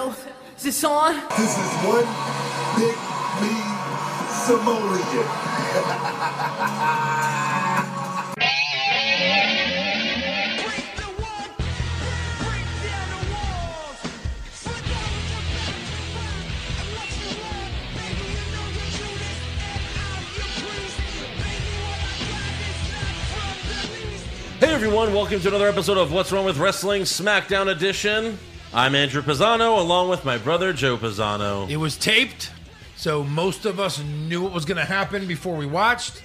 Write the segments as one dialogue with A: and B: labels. A: Oh,
B: this on?
C: This is one big me simoleon.
A: Break the wall, break down the walls. Slip out of the back to burn. I'm not your love, baby. You know your units, and I'm your priest. Baby, what I got is not from the least.
D: Hey everyone, welcome to another episode of What's Wrong with Wrestling SmackDown Edition. I'm Andrew Pisano along with my brother Joe Pisano.
E: It was taped, so most of us knew what was going to happen before we watched.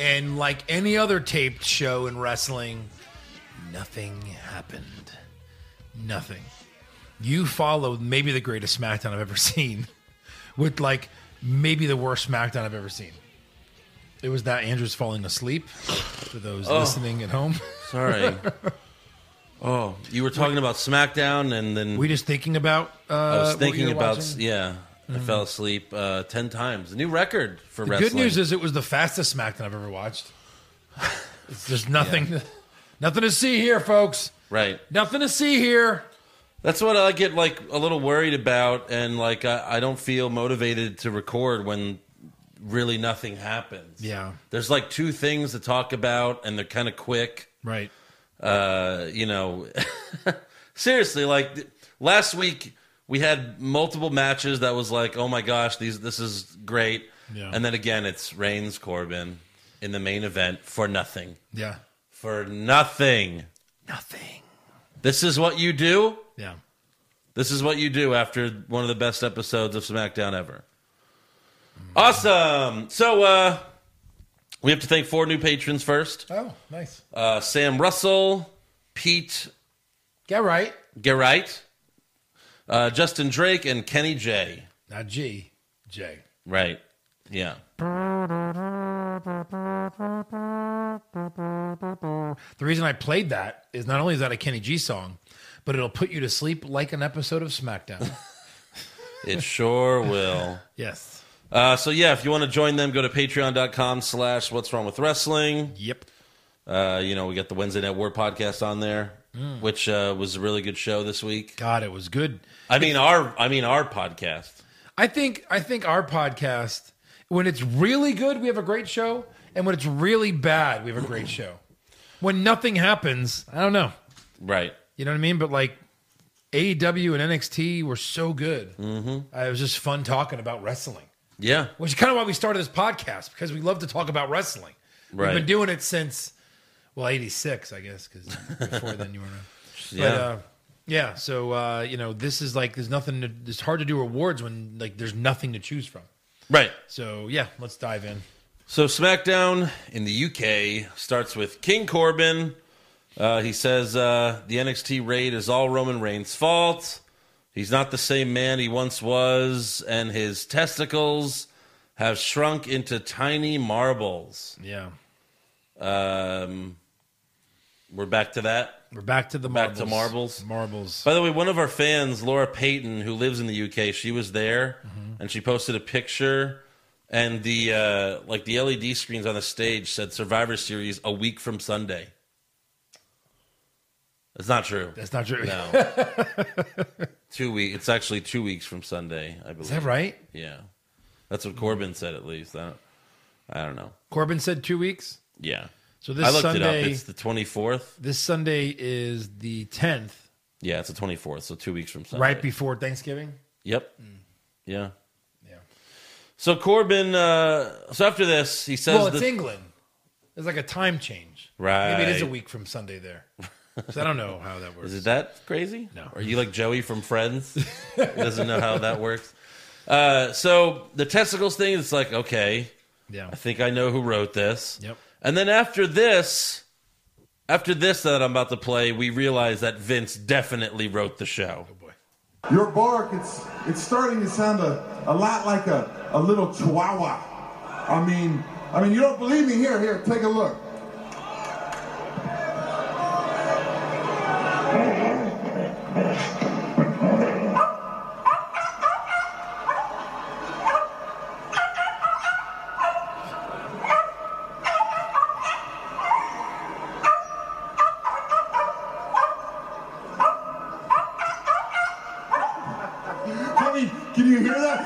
E: And like any other taped show in wrestling, nothing happened. Nothing. You followed maybe the greatest SmackDown I've ever seen with like maybe the worst SmackDown I've ever seen. It was that Andrew's falling asleep for those
D: Oh.
E: listening at home.
D: Sorry. Oh, you were talking about SmackDown and then
E: We just thinking about uh
D: I was
E: what we
D: thinking
E: were
D: about
E: watching. Mm-hmm.
D: yeah, I fell asleep uh, 10 times. A new record for
E: The
D: wrestling.
E: good news is it was the fastest SmackDown I've ever watched. It's- There's nothing, nothing to see here, folks.
D: right.
E: Nothing to see here.
D: That's what I get like a little worried about and like I, I don't feel motivated to record when really nothing happens.
E: Yeah.
D: There's like two things to talk about and they're kind of quick.
E: Right.
D: uh, you know, seriously, like th- last week we had multiple matches that was like, oh my gosh, these this is great,
E: Yeah.
D: and then again it's Reigns Corbin in the main event for nothing,
E: Yeah.
D: for nothing.
E: Nothing.
D: This is what you do.
E: Yeah.
D: This is what you do after one of the best episodes of SmackDown ever. Awesome. So uh, we have to thank four new patrons first:
E: Oh, nice.
D: uh, Sam Russell, Pete
E: Get right.
D: Gerite, uh, Justin Drake, and Kenny J.
E: Now, G, J.
D: Right. Yeah.
E: The reason I played that is not only is that a Kenny G song, but it'll put you to sleep like an episode of SmackDown.
D: It sure will.
E: yes.
D: Uh, so yeah, if you want to join them, go to patreon.com slash what's wrong with wrestling.
E: Yep.
D: Uh, you know, we got the Wednesday Night War podcast on there, which uh, was a really good show this week.
E: God, it was good.
D: I mean our I mean our podcast.
E: I think I think our podcast, when it's really good, we have a great show, and when it's really bad, we have a great show. When nothing happens, I don't know.
D: Right.
E: You know what I mean? But like AEW and NXT were so good. Mm-hmm. It was just fun talking about wrestling,
D: Yeah.
E: which is kind of why we started this podcast because we love to talk about wrestling.
D: Right.
E: We've been doing it since well '86, I guess, because before then you were.
D: Yeah.
E: But, uh, yeah. So uh, you know, this is like there's nothing. To, it's hard to do awards when like there's nothing to choose from.
D: right.
E: So yeah, let's dive in.
D: So SmackDown in the UK starts with King Corbin. Uh, he says uh, the NXT raid is all Roman Reigns' fault. He's not the same man he once was, and his testicles have shrunk into tiny marbles.
E: Yeah,
D: Um, we're back to that.
E: we're back to the
D: Back
E: marbles.
D: to marbles.
E: Marbles.
D: By the way, one of our fans, Laura Payton, who lives in the UK, she was there
E: Mm-hmm.
D: and she posted a picture and the uh, like the LED screens on the stage said Survivor Series a week from Sunday. That's not true.
E: That's not true.
D: No. two week it's actually two weeks from Sunday, I believe.
E: Is that right?
D: Yeah. That's what Corbin said at least. I don't, I don't know.
E: Corbin said two weeks.
D: Yeah.
E: So this
D: I looked
E: Sunday,
D: it up. It's the twenty fourth.
E: this Sunday is the tenth,
D: Yeah, it's the twenty fourth, so two weeks from Sunday.
E: right Mm. before Thanksgiving.
D: Yep. Yeah.
E: Yeah.
D: So Corbin, uh, so after this, he says,
E: Well, it's
D: the-
E: England. There's like a time change.
D: Right.
E: Maybe it is a week from Sunday there. 'Cause I don't know how that works.
D: "Is it that crazy?
E: No.
D: Are you like Joey from Friends? He doesn't know how that works." Uh, so the testicles thing, it's like, okay,
E: yeah.
D: I think I know who wrote this.
E: Yep.
D: And then after this, after this that I'm about to play, we realize that Vince definitely wrote the show.
E: Oh boy.
C: Your bark, it's it's starting to sound a, a lot like a, a little chihuahua. I mean, I mean, you don't believe me? Here, here, take a look. Let me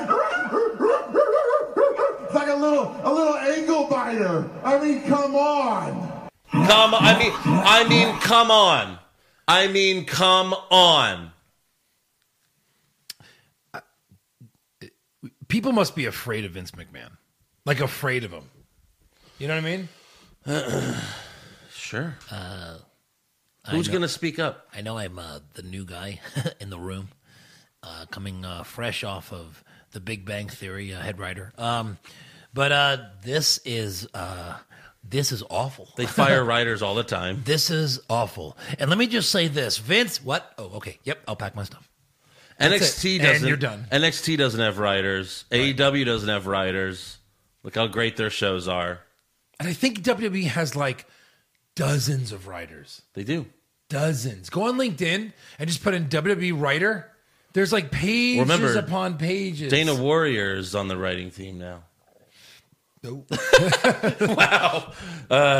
C: on.
D: Come, I mean, I mean, come on. I mean, come on.
E: People must be afraid of Vince McMahon, like afraid of him. You know what I mean?
D: Sure. Who's going to speak up?
B: I know I'm uh, the new guy in the room, uh, coming uh, fresh off of the Big Bang Theory uh, head writer. Um, but uh, this is uh, this is awful.
D: They fire writers all the time.
B: This is awful. And let me just say this, Vince. What? Oh, okay. Yep. I'll pack my stuff.
D: NXT
E: it. And
D: doesn't.
E: you're done.
D: NXT doesn't have writers. AEW doesn't have writers. Look how great their shows are.
E: And I think WWE has like dozens of writers.
D: They do.
E: Dozens. Go on LinkedIn and just put in WWE writer. There's like pages
D: Remember,
E: upon pages.
D: Dana Warrior is on the writing team now.
E: Nope.
D: Uh,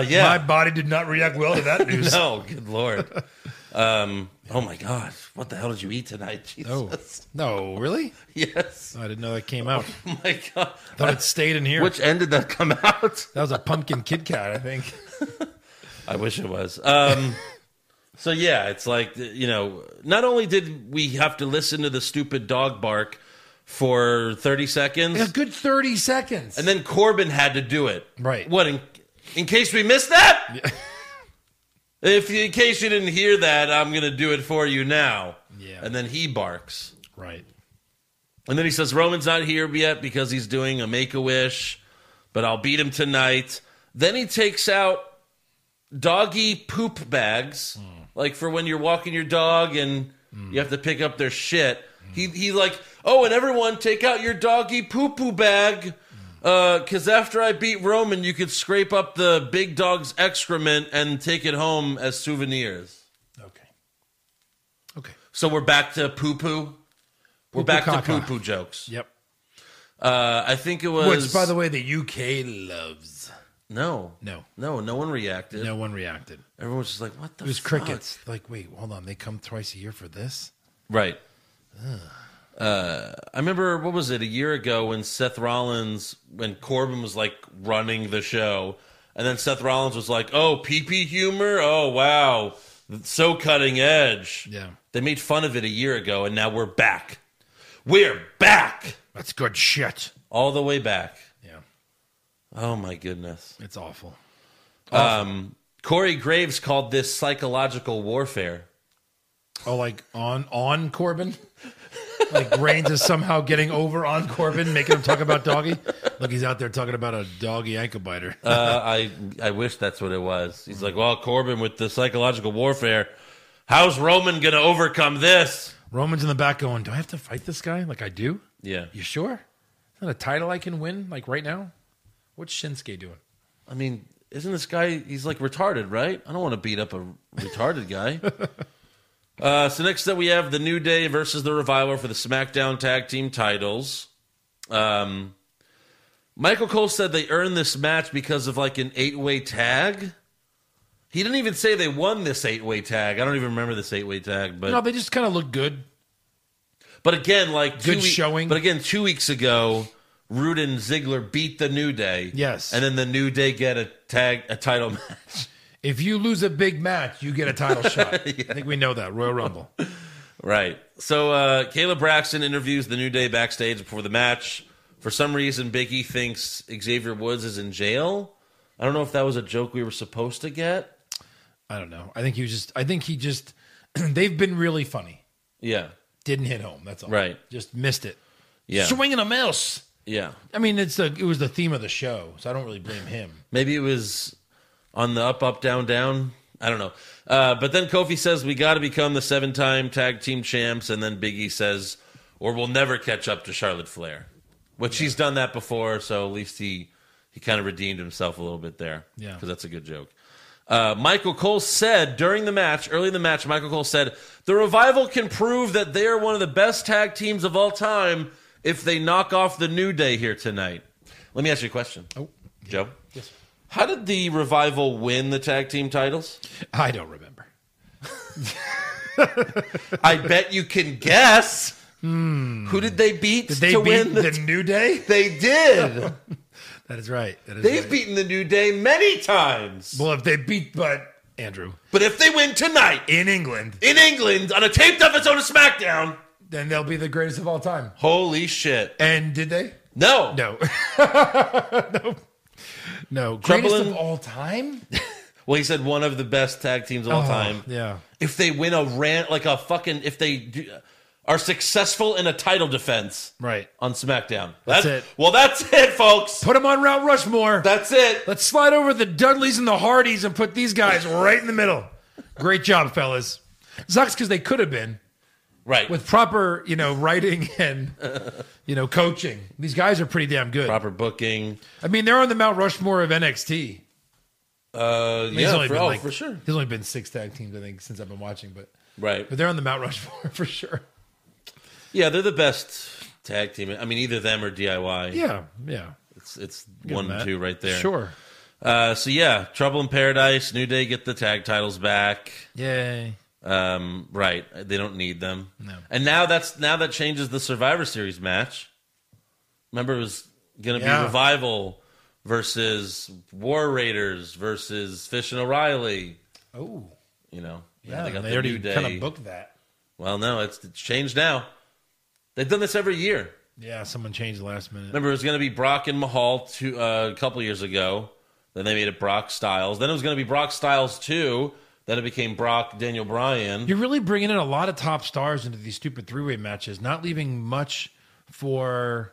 D: yeah.
E: My body did not react well to that news.
D: no, good lord. Um, oh my god, what the hell did you eat tonight?
E: Oh,
D: Jesus.
E: no, really?
D: Yes.
E: I didn't know that came out.
D: Oh my god.
E: Thought it stayed in here.
D: Which end did that come out?
E: that was a pumpkin Kit Kat, I think.
D: I wish it was. Um, so yeah, it's like you know. Not only did we have to listen to the stupid dog bark for thirty seconds,
E: A good 30 seconds.
D: and then Corbin had to do it.
E: Right.
D: What in, in case we missed that? if you- in case you didn't hear that, I'm gonna do it for you now.
E: Yeah.
D: And then he barks.
E: right.
D: And then he says Roman's not here yet because he's doing a make a wish, but I'll beat him tonight. Then he takes out doggy poop bags, like for when you're walking your dog and you have to pick up their shit. He he like, oh, and everyone take out your doggy poo poo bag. Because after I beat Roman, you could scrape up the big dog's excrement and take it home as souvenirs.
E: Okay. Okay.
D: So we're back to poo poo. We're back to poo
E: caca.
D: poo jokes.
E: Yep.
D: Uh, I think it was.
E: Which, by the way, the UK loves.
D: No.
E: No.
D: No, no one reacted.
E: No one reacted.
D: Everyone was just like, what the
E: It was
D: fuck?
E: crickets. Like, wait, hold on. They come twice a year for this?
D: Right. Uh, I remember, what was it, a year ago when Seth Rollins, when Corbin was like running the show, and then Seth Rollins was like, oh, pee pee humor? Oh, wow. So cutting edge.
E: Yeah.
D: They made fun of it a year ago, and now we're back. We're back.
E: That's good shit.
D: All the way back.
E: Yeah.
D: Oh, my goodness.
E: It's awful.
D: Corey Graves called this psychological warfare.
E: Oh, like on on Corbin? like Reigns is somehow getting over on Corbin, making him talk about doggy. Look, he's out there talking about a doggy ankle biter.
D: Uh, I I wish that's what it was. He's like, well, Corbin with the psychological warfare. How's Roman gonna overcome this?
E: Roman's in the back going, "Do I have to fight this guy? Like I do?
D: Yeah,
E: You sure? Is that a title I can win? Like right now? What's Shinsuke doing?
D: I mean, isn't this guy? He's like retarded, right? I don't want to beat up a retarded guy. uh, so next up, we have the New Day versus the Revival for the SmackDown Tag Team titles. Um, Michael Cole said they earned this match because of like an eight way tag. He didn't even say they won this eight way tag. I don't even remember this eight way tag, but
E: No, they just kind of look good.
D: But again, like two
E: Good showing.
D: But again, two weeks ago, Rude and Ziggler beat the New Day.
E: Yes.
D: and then the New Day get a tag a title match,
E: If you lose a big match, you get a title shot. I think we know that Royal Rumble.
D: right? So uh, Caleb Braxton interviews the New Day backstage before the match. For some reason, Big E thinks Xavier Woods is in jail. I don't know if that was a joke we were supposed to get.
E: I don't know. I think he was just. I think he just. they've been really funny.
D: Yeah,
E: Didn't hit home. That's all.
D: Right.
E: Just missed it.
D: yeah,
E: Swinging a mouse.
D: yeah.
E: I mean, it's the. It was the theme of the show, so I don't really blame him.
D: Maybe it was on the up, up, down, down. I don't know. Uh, but then Kofi says, We got to become the seven time tag team champs. And then Biggie says, Or we'll never catch up to Charlotte Flair, which he's done that before. So at least he, he kind of redeemed himself a little bit there.
E: Yeah.
D: Because that's a good joke. Uh, Michael Cole said during the match, early in the match, Michael Cole said, The revival can prove that they are one of the best tag teams of all time if they knock off the New Day here tonight. Let me ask you a question.
E: Oh,
D: Joe? Yes. How did the revival win the tag team titles?
E: I don't remember.
D: I bet you can guess. Who did they beat
E: Hmm. They
D: to
E: beat
D: win? The-
E: the New Day.
D: they did.
E: That is right. That is
D: They've
E: right.
D: beaten the New Day many times.
E: Well, if they beat, but Andrew
D: But if they win tonight
E: in England,
D: in England on a taped episode of SmackDown,
E: then they'll be the greatest of all time.
D: holy shit.
E: And did they?
D: No.
E: No, no, no. Greatest
D: Trouble in-
E: of all time.
D: Well, he said one of the best tag teams of all time.
E: Oh, Yeah.
D: If they win a rant, like a fucking, if they do, are successful in a title defense
E: Right.
D: on SmackDown.
E: That's
D: That-
E: it.
D: Well, that's it, folks.
E: Put them on Mount Rushmore.
D: That's it.
E: Let's slide over the Dudleys and the Hardys and put these guys right in the middle. Great job, fellas. Sucks because they could have been
D: Right.
E: with proper, you know, writing and you know coaching. These guys are pretty damn good.
D: proper booking.
E: I mean, they're on the Mount Rushmore of NXT.
D: Uh,
E: I mean, there's
D: yeah, for,
E: been
D: oh,
E: like-
D: for sure.
E: There's only been six tag teams, I think, since I've been watching, but
D: Right.
E: but they're on the Mount Rushmore for sure.
D: Yeah, they're the best tag team. I mean, either them or DIY.
E: Yeah, yeah.
D: It's, it's
E: Give
D: one
E: them
D: and
E: that.
D: two right there.
E: Sure.
D: Uh, so, yeah, Trouble in Paradise, New Day get the tag titles back.
E: Yay.
D: Um, right. They don't need them.
E: No.
D: And now that's now that changes the Survivor Series match. Remember, it was going to
E: Yeah.
D: be Revival versus War Raiders versus Fish and O'Reilly.
E: Oh,
D: You know, now
E: yeah. They,
D: they got the
E: already
D: New Day.
E: kind of booked that.
D: Well, no, it's, it's changed now. They've done this every year.
E: Yeah, someone changed last minute.
D: Remember, it was going to be Brock and Mahal two, uh, a couple years ago. Then they made it Brock Styles. Then it was going to be Brock Styles two. Then it became Brock Daniel Bryan.
E: You're really bringing in a lot of top stars into these stupid three way matches, not leaving much for,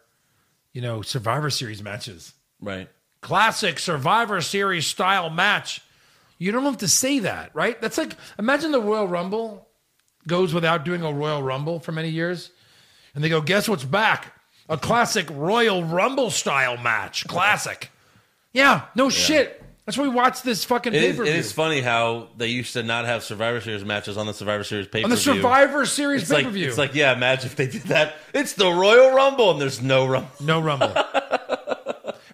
E: you know, Survivor Series matches.
D: right.
E: Classic Survivor Series style match. You don't have to say that, right? That's like imagine the Royal Rumble goes without doing a Royal Rumble for many years, and they go, guess what's back? A classic Royal Rumble style match. Classic. Yeah, no shit. That's why we watch this fucking
D: It
E: pay
D: is,
E: per
D: it is
E: view.
D: funny how they used to not have Survivor Series matches on the Survivor Series pay per view.
E: On the Survivor Series
D: It's
E: pay
D: like,
E: per view.
D: it's like, yeah, imagine if they did that. It's the Royal Rumble, and there's no Rumble.
E: No Rumble.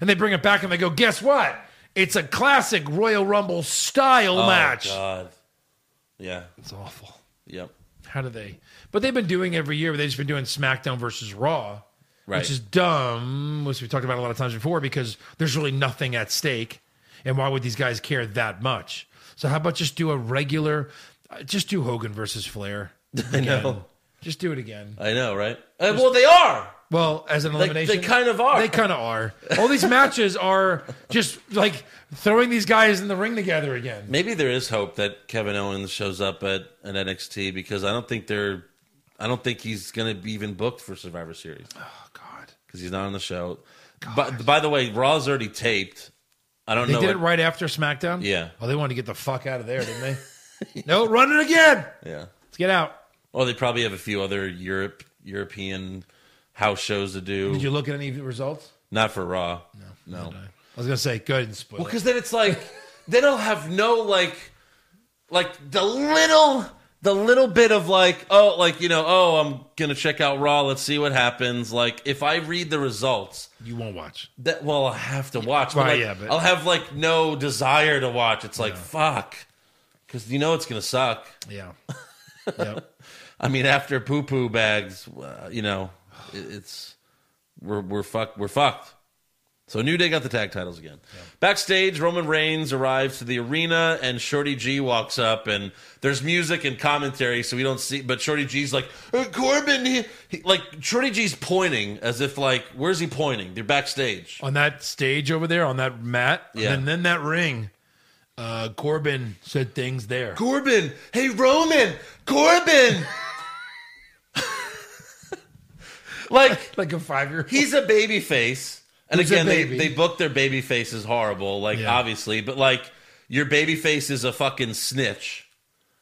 E: and they bring it back and they go, guess what? It's a classic Royal Rumble style match.
D: Oh, God. Yeah.
E: It's awful.
D: Yep.
E: How do they? But they've been doing every year. They've just been doing SmackDown versus Raw,
D: Right.
E: which is dumb, which we talked about a lot of times before because there's really nothing at stake. And why would these guys care that much? So how about just do a regular, uh, just do Hogan versus Flair.
D: I know.
E: Just do it again.
D: I know, right? Uh, well, they are.
E: Well, as an elimination,
D: they kind of are.
E: They kind of are. All these matches are just like throwing these guys in the ring together again.
D: Maybe there is hope that Kevin Owens shows up at an NXT because I don't think they're, I don't think he's going to be even booked for Survivor Series
E: Oh God,
D: because he's not on the show. But by the way, Raw's already taped. I don't
E: they
D: know.
E: did it
D: what-
E: right after SmackDown.
D: Yeah.
E: Oh, they wanted to get the fuck out of there, didn't they? no, run it again.
D: Yeah.
E: Let's get out.
D: Or they probably have a few other Europe European house shows to do.
E: Did you look at any of the results?
D: Not for Raw. No. No.
E: I was gonna say, go ahead and spoil.
D: Well,
E: it.
D: because then it's like they don't have no like, like the little, the little bit of like, oh, like you know, oh, I'm gonna check out Raw. Let's see what happens. Like if I read the results,
E: you won't watch.
D: that well, I'll have to watch.
E: Right,
D: like,
E: yeah, but-
D: I'll have like no desire to watch. It's like fuck, because you know it's gonna suck.
E: Yeah. yep.
D: I mean, after poo poo bags, uh, you know, it, it's we're we're fucked. We're fucked. So New Day got the tag titles again. Backstage, Roman Reigns arrives to the arena, and Shorty G walks up, and there's music and commentary, so we don't see. But Shorty G's like "Uh, Corbin, he, he- like Shorty G's pointing as if like where's he pointing? They're backstage.
E: On that stage over there, on that mat,
D: Yeah.
E: and then that ring, uh, Corbin said things there.
D: Corbin, hey Roman, Corbin. like
E: like a five year.
D: he's a baby face. And
E: Who's a
D: again, they,
E: baby.
D: they book their baby faces horrible, like
E: Yeah.
D: obviously, but like your baby face is a fucking snitch.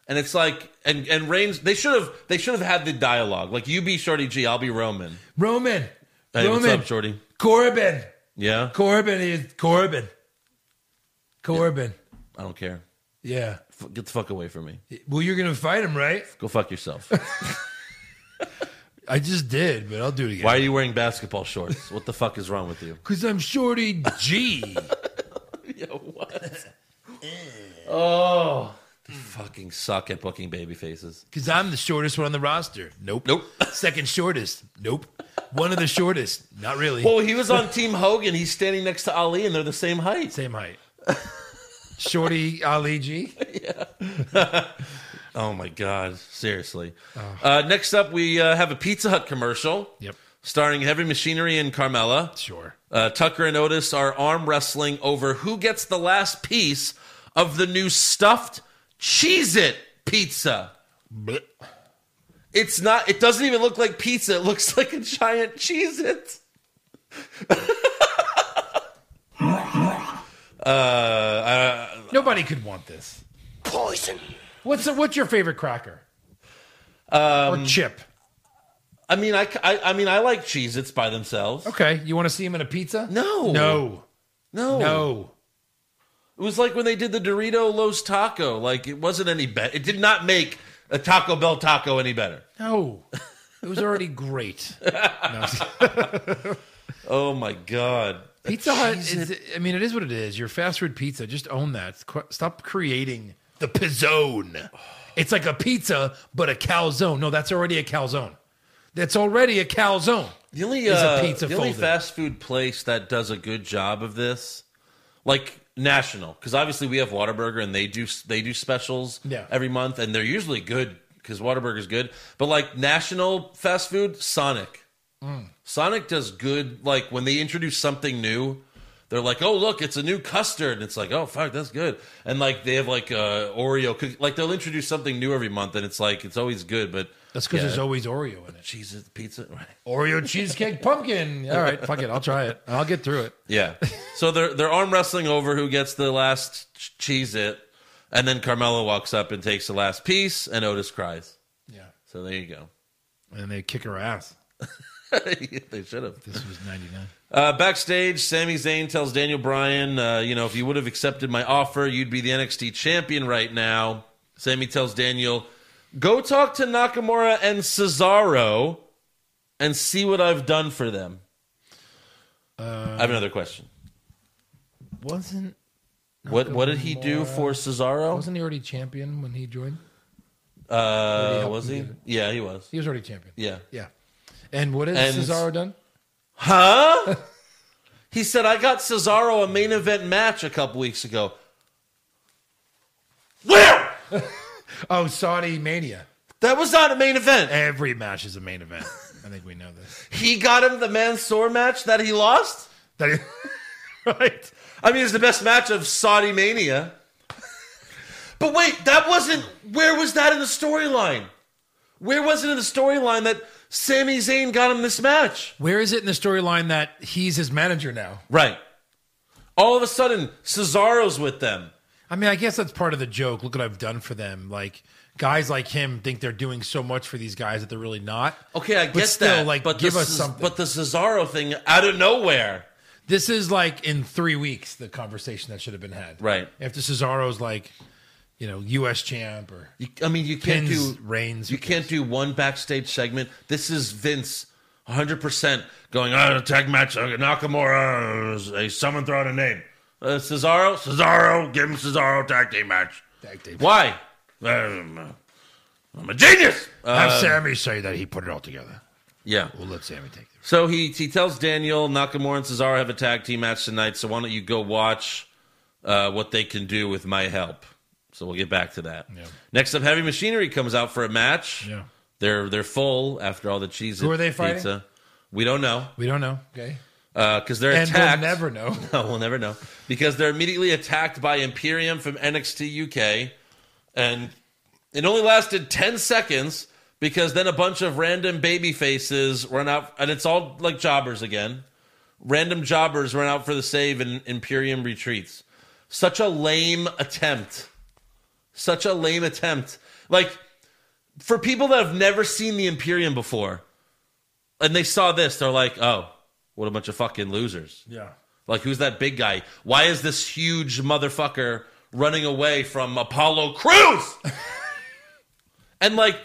D: And it's like and and Reigns they should have they should have had the dialogue. Like you be Shorty G, I'll be Roman.
E: Roman.
D: Hey,
E: Roman.
D: what's up, Shorty?
E: Corbin.
D: Yeah.
E: Corbin is Corbin. Corbin.
D: I don't care.
E: Yeah.
D: F- get the fuck away from me.
E: Well, you're gonna fight him, right?
D: Go fuck yourself.
E: I just did, but I'll do it again.
D: Why are you wearing basketball shorts? What the fuck is wrong with you?
E: Because I'm Shorty G.
D: Yo, what? oh, they fucking suck at booking baby faces.
E: Because I'm the shortest one on the roster. Nope.
D: Nope.
E: Second shortest. Nope. One of the shortest. Not really.
D: Well, he was on Team Hogan. He's standing next to Ali, and they're the same height.
E: Same height. Shorty Ali G.
D: Oh my God! Seriously. Uh, next up, we uh, have a Pizza Hut commercial.
E: Oh. Yep.
D: Starring Heavy Machinery and Carmella.
E: Sure.
D: Uh, Tucker and Otis are arm wrestling over who gets the last piece of the new stuffed Cheez It pizza. It's not, it doesn't even look like pizza. It looks like a giant Cheez It. Uh,
E: Nobody could want this.
A: Poison.
E: What's what's your favorite cracker? or chip.
D: I mean, I, I, I mean, I like Cheez Its by themselves.
E: Okay. You want to see him in a pizza?
D: No.
E: No.
D: No.
E: No.
D: It was like when they did the Dorito Los Taco. Like, it wasn't any better. It did not make a Taco Bell taco any better.
E: No. It was already great.
D: Oh my God.
E: Pizza Hut is, I mean, it is what it is. Your fast food pizza, just own that. It's qu- Stop creating the pizzone. It's like a pizza, but a calzone. No, that's already a calzone. That's already a calzone.
D: The only
E: is a
D: uh,
E: pizza
D: the only
E: folded.
D: fast food place that does a good job of this, like national, because obviously we have Whataburger and they do they do specials
E: Yeah.
D: every month, and they're usually good because Whataburger's good. But like national fast food, Sonic,
E: Mm.
D: Sonic does good. Like when they introduce something new. They're like, oh look, it's a new custard, and it's like, oh fuck, that's good. And like they have like uh, Oreo, cookie. like they'll introduce something new every month, and it's like it's always good. But
E: That's because
D: Yeah.
E: there's always Oreo in it.
D: cheese pizza, right?
E: Oreo cheesecake pumpkin. All right, fuck it. I'll try it. I'll get through it.
D: Yeah. So they're they're arm wrestling over who gets the last cheese it, and then Carmelo walks up and takes the last piece, and Otis cries.
E: Yeah.
D: So there you go.
E: And they kick her ass.
D: they should have.
E: This was 99.
D: Uh, backstage, Sami Zayn tells Daniel Bryan, uh, you know, if you would have accepted my offer, you'd be the NXT champion right now. Sammy tells Daniel, go talk to Nakamura and Cesaro and see what I've done for them. I have another question.
E: Wasn't
D: What what did he do for Cesaro?
E: wasn't he already champion when he joined? Did he
D: Uh,
E: help
D: was
E: you
D: he?
E: get it?
D: Yeah, he was.
E: He was already champion.
D: Yeah.
E: Yeah. And what has
D: And-
E: Cesaro done?
D: Huh? he said, I got Cesaro a main event match a couple weeks ago. Where?
E: Oh, Saudi Mania.
D: That was not a main event.
E: Every match is a main event. I think we know this.
D: He got him the Mansoor match that he lost?
E: That is, right.
D: I mean, it's the best match of Saudi Mania. But wait, that wasn't. Where was that in the storyline? Where was it in the storyline that Sami Zayn got him this match?
E: Where is it in the storyline that he's his manager now?
D: Right. All of a sudden, Cesaro's with them.
E: I mean, I guess that's part of the joke. Look what I've done for them. Like guys like him think they're doing so much for these guys that they're really not.
D: Okay, I
E: But
D: get
E: still,
D: that.
E: Like,
D: but
E: give
D: the,
E: us
D: Ce-
E: something.
D: But the Cesaro thing out of nowhere.
E: this is like in three weeks the conversation that should have been had.
D: Right.
E: After Cesaro's like, you know, U.S. champ or
D: You, I mean, you can't
E: Pins,
D: do
E: reigns,
D: You
E: who
D: can't do one backstage segment. This is Vince, hundred percent going. Oh, tag match. uh, Nakamura. Uh, someone throw out a name. Uh, Cesaro. Cesaro. Give him Cesaro tag team match.
E: Tag team.
D: Why? Um, I'm a genius. Uh,
E: have Sammy say that he put it all together.
D: yeah.
E: We'll let Sammy take it.
D: So he he tells Daniel Nakamura and Cesaro have a tag team match tonight. So why don't you go watch uh, what they can do with my help? So we'll get back to that.
E: Yeah.
D: Next up, Heavy Machinery comes out for a match.
E: Yeah.
D: they're they're full after all the cheese.
E: Who are they fighting?
D: Pizza. We don't know
E: We don't know. Okay.
D: because they're
E: And
D: attacked.
E: we'll never know.
D: No, we'll never know because they're immediately attacked by Imperium from NXT UK, and it only lasted ten seconds because then a bunch of random baby faces run out, and it's all like jobbers again. Random jobbers run out for the save, and Imperium retreats. Such a lame attempt. Such a lame attempt. Like for people that have never seen the Imperium before, and they saw this, they're like, "Oh, what a bunch of fucking losers."
E: Yeah.
D: Like, who's that big guy? Why is this huge motherfucker running away from Apollo Crews? and like,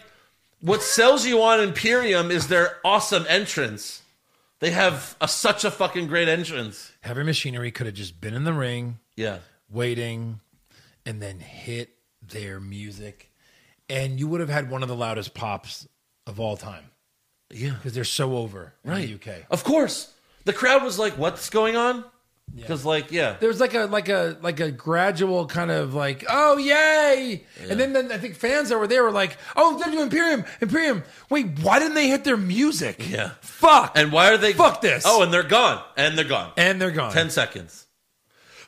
D: what sells you on Imperium is their awesome entrance. They have a, such a fucking great entrance.
E: Heavy machinery could have just been in the ring,
D: Yeah.
E: waiting, and then hit their music, and you would have had one of the loudest pops of all time.
D: Yeah.
E: because they're so over in
D: Right.
E: the UK.
D: Of course. The crowd was like, what's going on? Because, like, yeah.
E: There's like a like a like a gradual kind of like oh yay, and then, then I think fans that were there were like oh they're doing Imperium Imperium. Wait, why didn't they hit their music?
D: Yeah.
E: fuck.
D: And why are they.
E: Fuck this.
D: Oh, and they're gone. And they're gone.
E: and they're gone.
D: 10 seconds.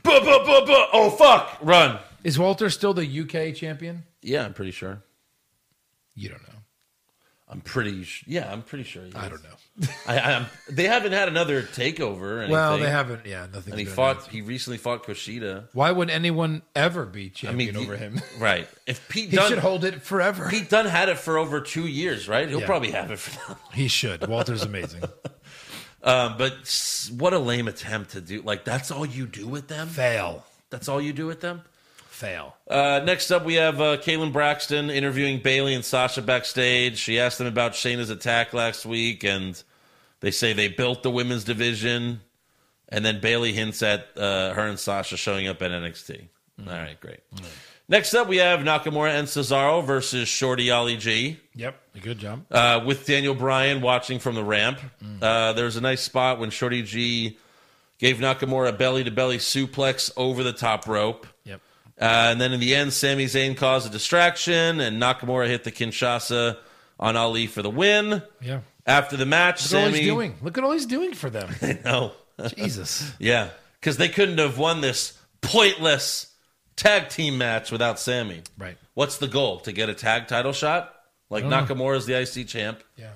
D: Buh, buh, buh, buh. Oh, fuck. Run.
E: Is Walter still the UK champion?
D: Yeah, I'm pretty sure.
E: You don't know.
D: I'm pretty sh- Yeah, I'm pretty sure. he
E: I
D: is.
E: don't know.
D: I, I'm, they haven't had another takeover or anything.
E: Well, they haven't. Yeah, nothing.
D: And he fought. He recently fought Kushida.
E: Why would anyone ever be
D: I mean,
E: champion over
D: he-
E: him?
D: right? If Pete
E: He
D: Dunne,
E: should hold it forever.
D: Pete Dunne had it for over two years, right? He'll
E: Yeah.
D: probably have it for.
E: He should. Walter's amazing.
D: Um, but s- what a lame attempt to do. Like that's all you do with them.
E: Fail.
D: That's all you do with them.
E: Fail.
D: Uh, next up, we have uh, Caitlin Braxton interviewing Bailey and Sasha backstage. She asked them about Shayna's attack last week, and they say they built the women's division. And then Bailey hints at uh, her and Sasha showing up at NXT. All right, great. Next up, we have Nakamura and Cesaro versus Shorty Ali G
E: Yep. A good jump.
D: uh, with Daniel Bryan watching from the ramp. Uh, there was a nice spot when Shorty G gave Nakamura a belly to belly suplex over the top rope.
E: Yep.
D: Uh, and then in the end, Sami Zayn caused a distraction, and Nakamura hit the Kinshasa on Ali for the win.
E: Yeah.
D: After the match,
E: Look at all
D: Sammy.
E: he's doing. Look at all he's doing for them.
D: No.
E: Jesus.
D: Yeah. Because they couldn't have won this pointless tag team match without Sammy.
E: Right.
D: What's the goal? To get a tag title shot? Like
E: know.
D: Nakamura is the IC champ.
E: Yeah.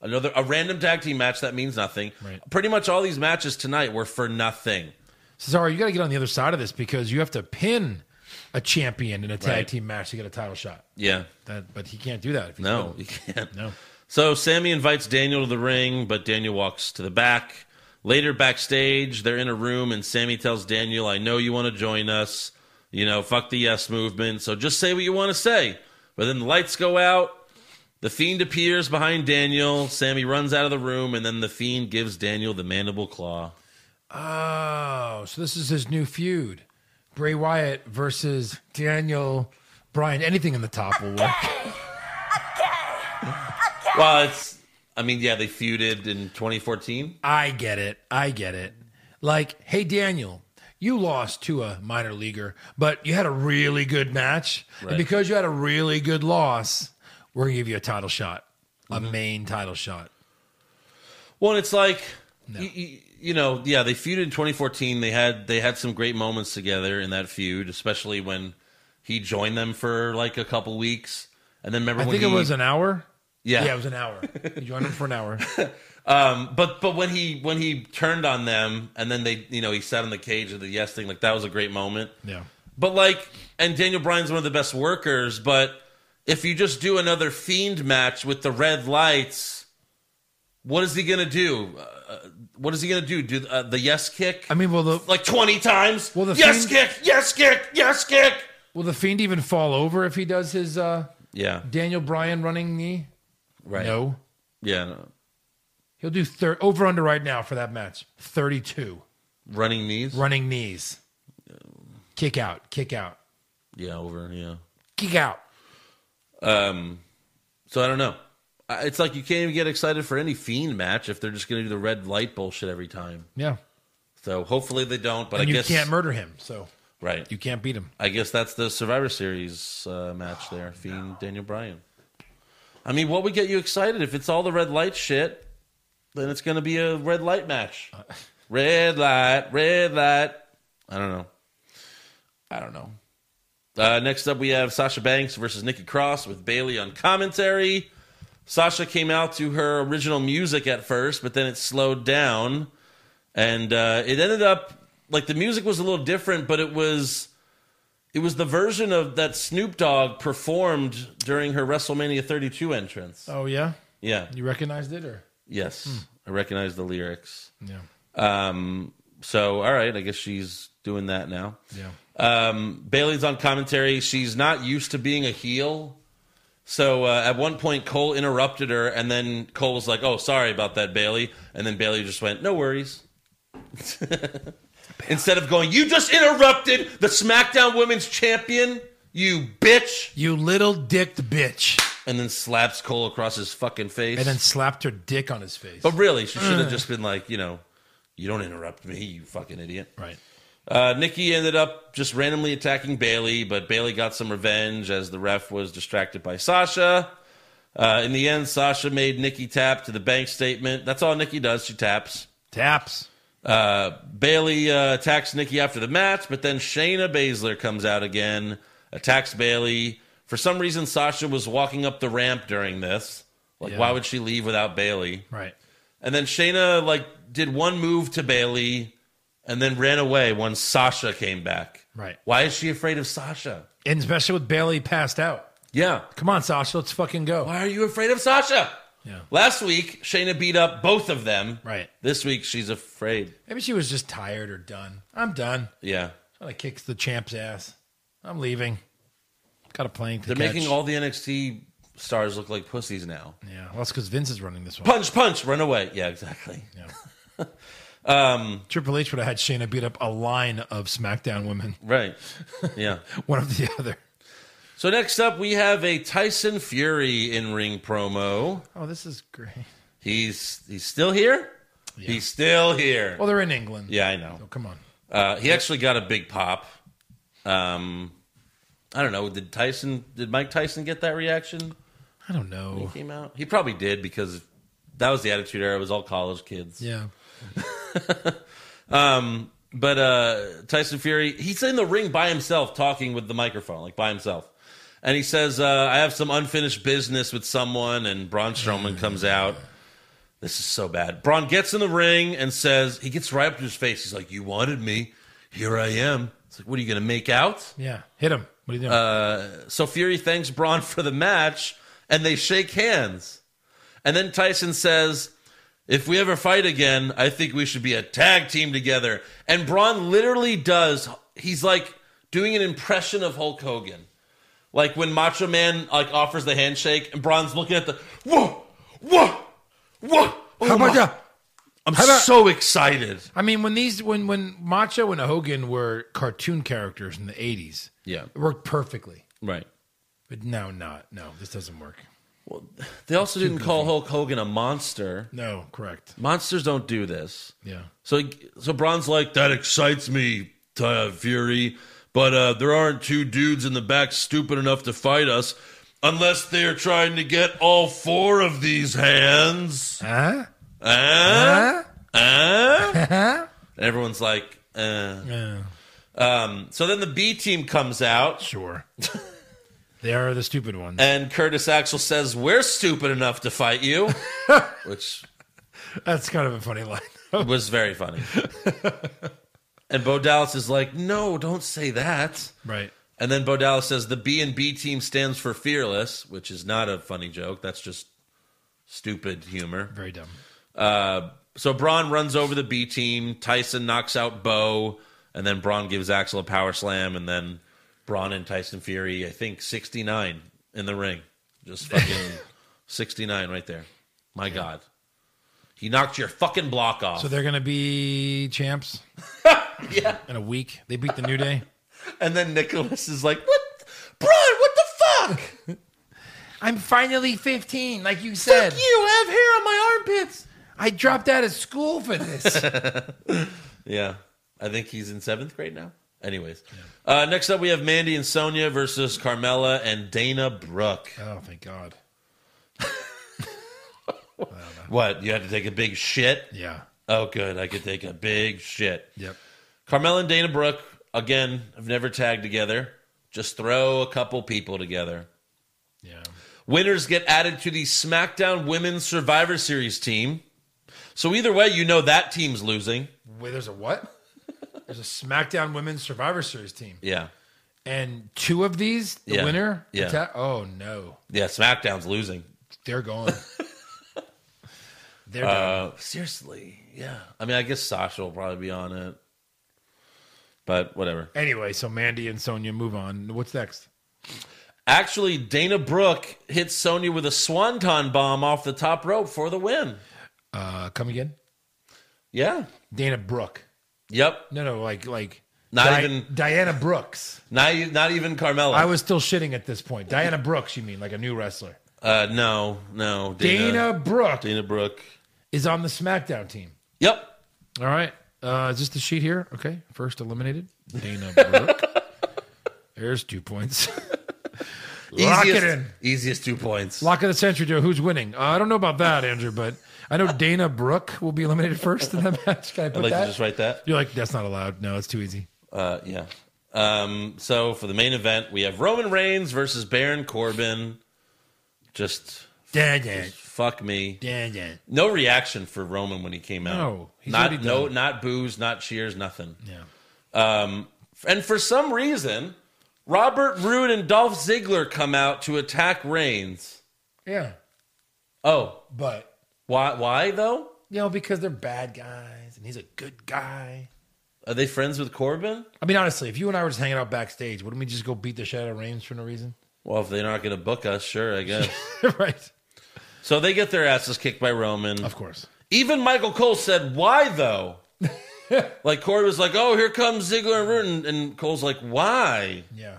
D: Another a random tag team match that means nothing.
E: Right.
D: Pretty much all these matches tonight were for nothing.
E: Cesaro, you got to get on the other side of this because you have to pin a champion in a tag
D: Right.
E: team match to get a title shot.
D: Yeah.
E: That, but he can't do that. If he's
D: No,
E: little.
D: you can't.
E: No.
D: So Sammy invites Daniel to the ring, but Daniel walks to the back. Later backstage, they're in a room and Sammy tells Daniel, I know you want to join us. You know, fuck the yes movement. So just say what you want to say. But then the lights go out. The Fiend appears behind Daniel. Sammy runs out of the room, and then the Fiend gives Daniel the mandible claw.
E: Oh, so this is his new feud: Bray Wyatt versus Daniel Bryan. Anything in the top will work.
D: Well, it's, I mean, yeah, they feuded in 2014.
E: I get it. I get it. Like, hey, Daniel, you lost to a minor leaguer, but you had a really good match.
D: Right.
E: And because you had a really good loss, we're going to give you a title shot,
D: Mm-hmm.
E: a main title shot.
D: Well, it's like y- y- you, know, yeah, they feuded in 2014. They had they had some great moments together in that feud, especially when he joined them for like a couple weeks. And then remember
E: I
D: when
E: think
D: he,
E: it was an hour.
D: yeah,
E: Yeah, it was an hour. You joined him for an hour.
D: um, but but when he when he turned on them and then they you know he sat in the cage of the yes thing like that was a great moment.
E: Yeah.
D: But like, and Daniel Bryan's one of the best workers. But if you just do another fiend match with the red lights, what is he gonna do? Uh, what is he gonna do? Do uh, the yes kick?
E: I mean, will the
D: like twenty times.
E: Well, the
D: yes
E: Fiend-
D: kick, yes kick, yes kick.
E: will the fiend even fall over if he does his uh,
D: Yeah,
E: Daniel Bryan running knee?
D: right.
E: No,
D: Yeah, no.
E: he'll do thir- over under right now for that match. Thirty two
D: running knees.
E: running knees, kick out, kick out,
D: Yeah, over. Yeah.
E: kick out.
D: Um. So I don't know. I- It's like you can't even get excited for any fiend match if they're just gonna do the red light bullshit every time.
E: Yeah.
D: So hopefully they don't. But
E: and
D: I
E: you
D: guess
E: can't murder him, so
D: right.
E: you can't beat him.
D: I guess that's the Survivor Series uh, match there, Fiend Daniel Bryan. I mean, what would get you excited if it's all the red light shit? Then it's going to be a red light match. Red light, red light. I don't know. I don't know. Uh, next up, we have Sasha Banks versus Nikki Cross with Bailey on commentary. Sasha came out to her original music at first, but then it slowed down, and uh, it ended up like the music was a little different, but it was it was the version of that Snoop Dogg performed during her WrestleMania 32 entrance.
E: Oh yeah,
D: Yeah.
E: you Hmm. recognized it, or
D: Yes. I recognize the lyrics.
E: yeah,
D: Um, so, all right. I guess she's doing that now.
E: yeah.
D: Um, Bailey's on commentary. She's not used to being a heel. So uh, at one point, Cole interrupted her, and then Cole was like, "Oh, sorry about that, Bailey." And then Bailey just went, "No worries." Instead of going, "You just interrupted the SmackDown Women's Champion, you bitch."
E: You little dicked bitch.
D: and then slaps Cole across his fucking face.
E: and then Mm. slapped her dick on his face.
D: but really, she should have just been like, you know, you don't interrupt me, you fucking idiot.
E: right.
D: Uh, Nikki ended up just randomly attacking Bailey, but Bailey got some revenge as the ref was distracted by Sasha. Uh, in the end, Sasha made Nikki tap to the bank statement. That's all Nikki does. She taps.
E: Taps.
D: Uh, Bailey uh, attacks Nikki after the match, but then Shayna Baszler comes out again, attacks Bailey. For some reason, Sasha was walking up the ramp during this. Like,
E: Yeah.
D: why would she leave without Bailey?
E: Right.
D: And then Shayna like did one move to Bailey, and then ran away when Sasha came back.
E: Right.
D: Why is she afraid of Sasha?
E: And especially with Bailey passed out.
D: Yeah.
E: Come on, Sasha, let's fucking go.
D: Why are you afraid of Sasha?
E: Yeah.
D: Last week, Shayna beat up both of them.
E: Right.
D: This week, she's afraid.
E: Maybe she was just tired or done. I'm done.
D: Yeah.
E: Trying to kick the champ's ass. I'm leaving. Got a plane to
D: They're
E: catch.
D: making all the NXT stars look like pussies now.
E: Yeah, well, that's because Vince is running this one.
D: Punch, punch, run away. Yeah, exactly. Um,
E: Triple H would have had Shayna beat up a line of SmackDown women,
D: Right. Yeah.
E: one of the other.
D: So next up, we have a Tyson Fury in ring promo.
E: Oh, this is great.
D: He's he's still here. He's still here.
E: Well, they're in England.
D: Yeah, I know.
E: So come on.
D: Uh, he actually got a big pop. Um, I don't know. Did Tyson? Did Mike Tyson get that reaction?
E: I
D: When
E: don't know.
D: he came out. He probably did because that was the Attitude Era. It was all college kids.
E: Yeah.
D: But uh, Tyson Fury, he's in the ring by himself, talking with the microphone, like by himself. And he says, uh, "I have some unfinished business with someone." And Braun Strowman comes out. This is so bad. Braun gets in the ring and says, he gets right up to his face. He's like, "You wanted me, here I am." It's like, "What are you going to make out?"
E: Yeah. Hit him. What are you doing?
D: Uh, So Fury thanks Braun for the match and they shake hands. And then Tyson says, If we ever fight again, I think we should be a tag team together. And Braun literally does, he's like doing an impression of Hulk Hogan. Like when Macho Man like offers the handshake and Braun's looking at the whoa, whoa, whoa. Oh
E: How
D: my-
E: about that?
D: I'm
E: about-
D: so excited.
E: I mean, when these, when when Macho and Hogan were cartoon characters in the '80s,
D: Yeah.
E: it worked perfecly.
D: Right.
E: But no, not no. This doesn't work.
D: They also didn't call Hulk Hogan a monster.
E: No, correct.
D: Monsters don't do this.
E: Yeah.
D: So he- so Braun's like that excites me, Ty Fury, but uh, there aren't two dudes in the back stupid enough to fight us unless they're trying to get all four of these hands.
E: Huh?
D: Eh?
E: Huh?
D: Eh?
E: Huh?
D: And everyone's like, eh.
E: Yeah.
D: um, so then the B team comes out.
E: Sure. they are the stupid ones.
D: And Curtis Axel says, We're stupid enough to fight you. Which
E: That's kind of a funny line.
D: was very funny. and Bo Dallas is like, No, don't say that.
E: right.
D: And then Bo Dallas says the B and B team stands for fearless, which is not a funny joke. That's just stupid humor.
E: Very dumb.
D: Uh, so Braun runs over the B team. Tyson knocks out Bo, and then Braun gives Axel a power slam, and then Braun and Tyson Fury, I think sixty nine in the ring, just fucking sixty nine right there. My God, he knocked your fucking block off.
E: So they're gonna be champs. yeah. In a week, they beat the New Day.
D: and then Nicholas is like, "What, Braun? What the fuck?"
E: I'm finally 15, like you said.
D: you have hair on my armpits.
E: I dropped out of school for this.
D: Yeah. I think he's in seventh grade now. Anyways. Uh, next up, we have Mandy and Sonia versus Carmella and Dana Brooke.
E: oh, thank God.
D: What? You had to take a big shit?
E: Yeah.
D: Oh, good. I could take a big shit.
E: Yep.
D: Carmella and Dana Brooke, again, have never tagged together. Just throw a couple people together.
E: Yeah.
D: Winners get added to the SmackDown Women's Survivor Series team. So either way, you know that team's losing.
E: Wait, there's a what? There's a SmackDown Women's Survivor Series team,
D: Yeah.
E: and two of these, the
D: Yeah.
E: winner.
D: Yeah.
E: atta- oh no,
D: Yeah, SmackDown's losing.
E: they're gone. they're
D: Uh,
E: done.
D: seriously, yeah. I mean, I guess Sasha will probably be on it, but whatever.
E: anyway. So Mandy and Sonya move on. What's next?
D: Actually, Dana Brooke hits Sonya with a swanton bomb off the top rope for the win.
E: Uh, come again,
D: Yeah.
E: Dana Brooke.
D: Yep.
E: No, no, like like
D: Not
E: Di-
D: even-
E: Diana Brooks.
D: Not e- not even Carmella.
E: I was still shitting at this point. Diana Brooks, you mean, like a new wrestler.
D: Uh, no, no.
E: Dana Brooke
D: Dana Brooke.
E: is on the SmackDown team.
D: Yep.
E: All right. Uh, is this the sheet here? Okay. First eliminated, Dana Brooke. There's two points. Lock
D: easiest,
E: it in.
D: Easiest two points.
E: Lock of the century, Joe. Who's winning? Uh, I don't know about that, Andrew, but I know Dana Brooke will be eliminated first in that match. Can I put
D: I'd like
E: that?
D: to just write that.
E: You're like, that's not allowed. No, it's too easy.
D: Uh, yeah. Um, so for the main event, we have Roman Reigns versus Baron Corbin. Just
B: Da, da,
D: fuck me.
B: da, da.
D: No reaction for Roman when he came out.
E: No, he's
D: not
E: already
D: no,
E: done.
D: not boos, not cheers, nothing.
E: Yeah.
D: Um, and for some reason, Robert Roode and Dolph Ziggler come out to attack Reigns.
E: Yeah.
D: Oh,
E: But,
D: why? Why though?
E: you know, because they're bad guys and he's a good guy.
D: Are they friends with Corbin?
E: I mean, honestly, if you and I were just hanging out backstage, wouldn't we just go beat the shit out of Reigns for no reason?
D: Well, if they're not going to book us, sure, I guess.
E: right.
D: so they get their asses kicked by Roman.
E: Of course.
D: Even Michael Cole said, "Why though?" like Corey was like, "Oh, here comes Ziggler and Roode," and, and Cole's like, "Why?
E: Yeah.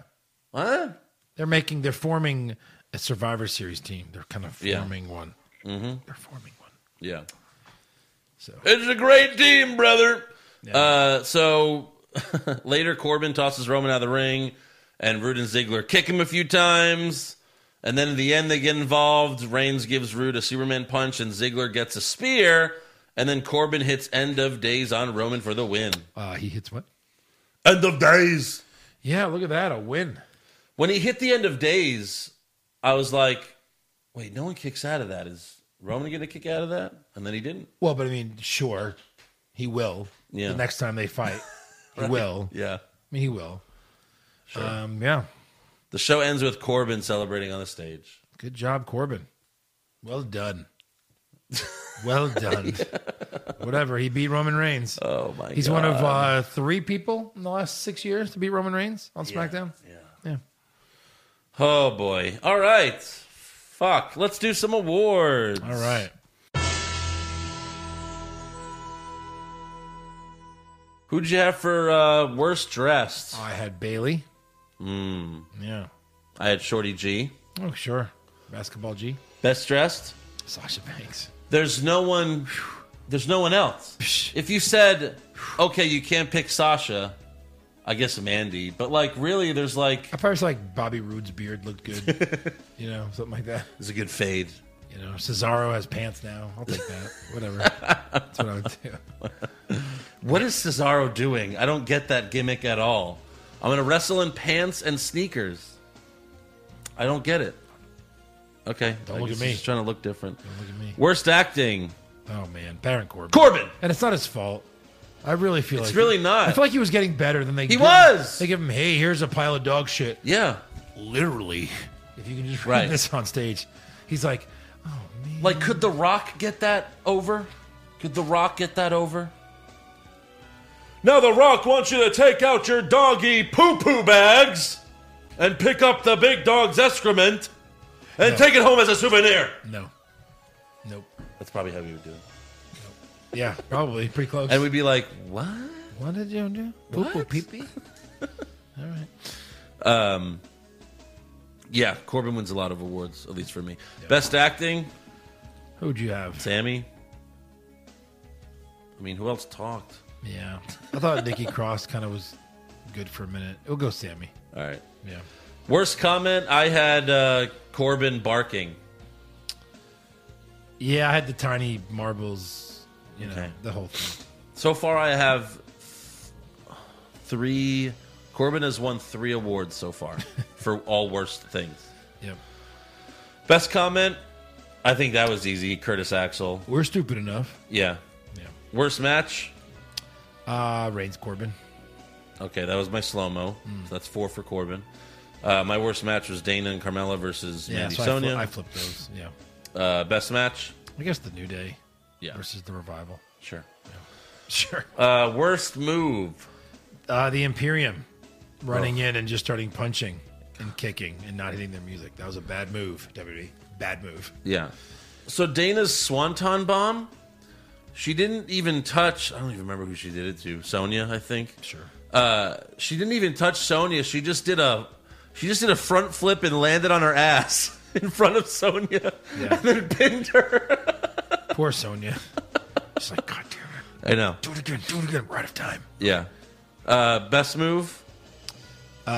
D: What?"
E: They're making, they're forming a Survivor Series team. They're kind of
D: Yeah. Mm-hmm.
E: forming one. They're forming one.
D: Yeah,
E: So,
D: it's a great team, brother. Uh, so later, Corbin tosses Roman out of the ring, and Roode and Ziggler kick him a few times. And then in the end, they get involved. Reigns gives Roode a Superman punch, and Ziggler gets a spear. And then Corbin hits End of Days on Roman for the win.
E: uh, he hits what?
D: End of Days.
E: Yeah, look at that. A win.
D: when he hit the end of days, I was like, wait, no one kicks out of that. Is Roman going to kick out of that? And then he didn't.
E: Well, but I mean, sure, he will.
D: Yeah.
E: The next time they fight, he will. I
D: Yeah.
E: mean, he will. Um, yeah.
D: The show ends with Corbin celebrating on the stage.
E: Good job, Corbin. Well done. Well done. Whatever. He beat Roman Reigns.
D: Oh, my
E: He's
D: God.
E: one of uh, three people in the last six years to beat Roman Reigns on SmackDown.
D: Yeah.
E: Yeah.
D: Oh, boy. All right. Fuck. Let's do some awards.
E: All right.
D: Who'd you have for uh, worst dressed?
E: I had Bailey.
D: Hmm.
E: Mm. Yeah.
D: I had Shorty G.
E: Oh, sure. Basketball G.
D: Best dressed?
E: Sasha Banks.
D: There's no one. There's no one else.
E: Psh.
D: If you said, okay, you can't pick Sasha, I guess Mandy, but like, really, there's like.
E: I probably saw, like Bobby Roode's beard looked good. you know, something like that.
D: It's a good fade.
E: You know, Cesaro has pants now. I'll take that. Whatever. That's what I would do.
D: What is Cesaro doing? I don't get that gimmick at all. I'm going to wrestle in pants and sneakers. I don't get it. Okay.
E: Don't
D: I
E: look
D: guess
E: at me.
D: he's trying to look different.
E: Look at me.
D: Worst acting.
E: Oh man, Baron Corbin.
D: Corbin.
E: and it's not his fault. I really feel
D: It's
E: like
D: really not.
E: I feel like he was getting better than they.
D: He was!
E: They give him, hey, here's a pile of dog shit.
D: Yeah.
E: Literally, if you can just read
D: Right.
E: this on stage, he's like, oh man,
D: Like, could The Rock get that over? Could The Rock get that over? Now, The Rock wants you to take out your doggy poo poo bags and pick up the big dog's excrement and
E: No.
D: take it home as a souvenir.
E: no, nope,
D: That's probably how we would do it.
E: yeah, probably pretty close.
D: And we'd be like, what?
E: what did you do? Poo poo
D: What?
E: pee pee. All right.
D: Yeah, Corbin wins a lot of awards, at least for me. Best acting,
E: Who'd you have?
D: Sammy. I mean, who else talked?
E: Yeah, I thought Nikki Cross kind of was good for a minute. It'll go Sammy.
D: All right.
E: Yeah.
D: Worst comment I had uh, Corbin barking.
E: Yeah, I had the tiny marbles, you know,
D: Okay.
E: the whole thing.
D: So far, I have th- three. Corbin has won three awards so far for all worst things.
E: Yep.
D: Best comment, I think that was easy. Curtis Axel.
E: We're stupid enough.
D: Yeah.
E: Yeah.
D: Worst match,
E: Uh Reigns Corbin.
D: Okay, that was my slow mo.
E: Hmm.
D: So that's four for Corbin. Uh, my worst match was Dana and Carmella versus
E: Yeah,
D: Mandy
E: so I fli-
D: Sonia.
E: I, flipped those. Yeah.
D: uh, best match?
E: I guess the New Day
D: Yeah,
E: versus the Revival.
D: sure.
E: Sure.
D: Uh, worst move?
E: Uh the Imperium running in and just starting punching and kicking and not hitting their music. That was a bad move, WWE. Bad move.
D: Yeah. So Dana's Swanton bomb, she didn't even touch. I don't even remember who she did it to. Sonia, I think.
E: Sure.
D: Uh, she didn't even touch Sonia. She just did a, she just did a front flip and landed on her ass. in front of Sonya
E: Yeah.
D: and then pinned her.
E: Poor Sonya. She's like, God damn it.
D: I know.
E: Do it again. Do it again. Right of time.
D: Yeah. Uh, best move.
E: Uh,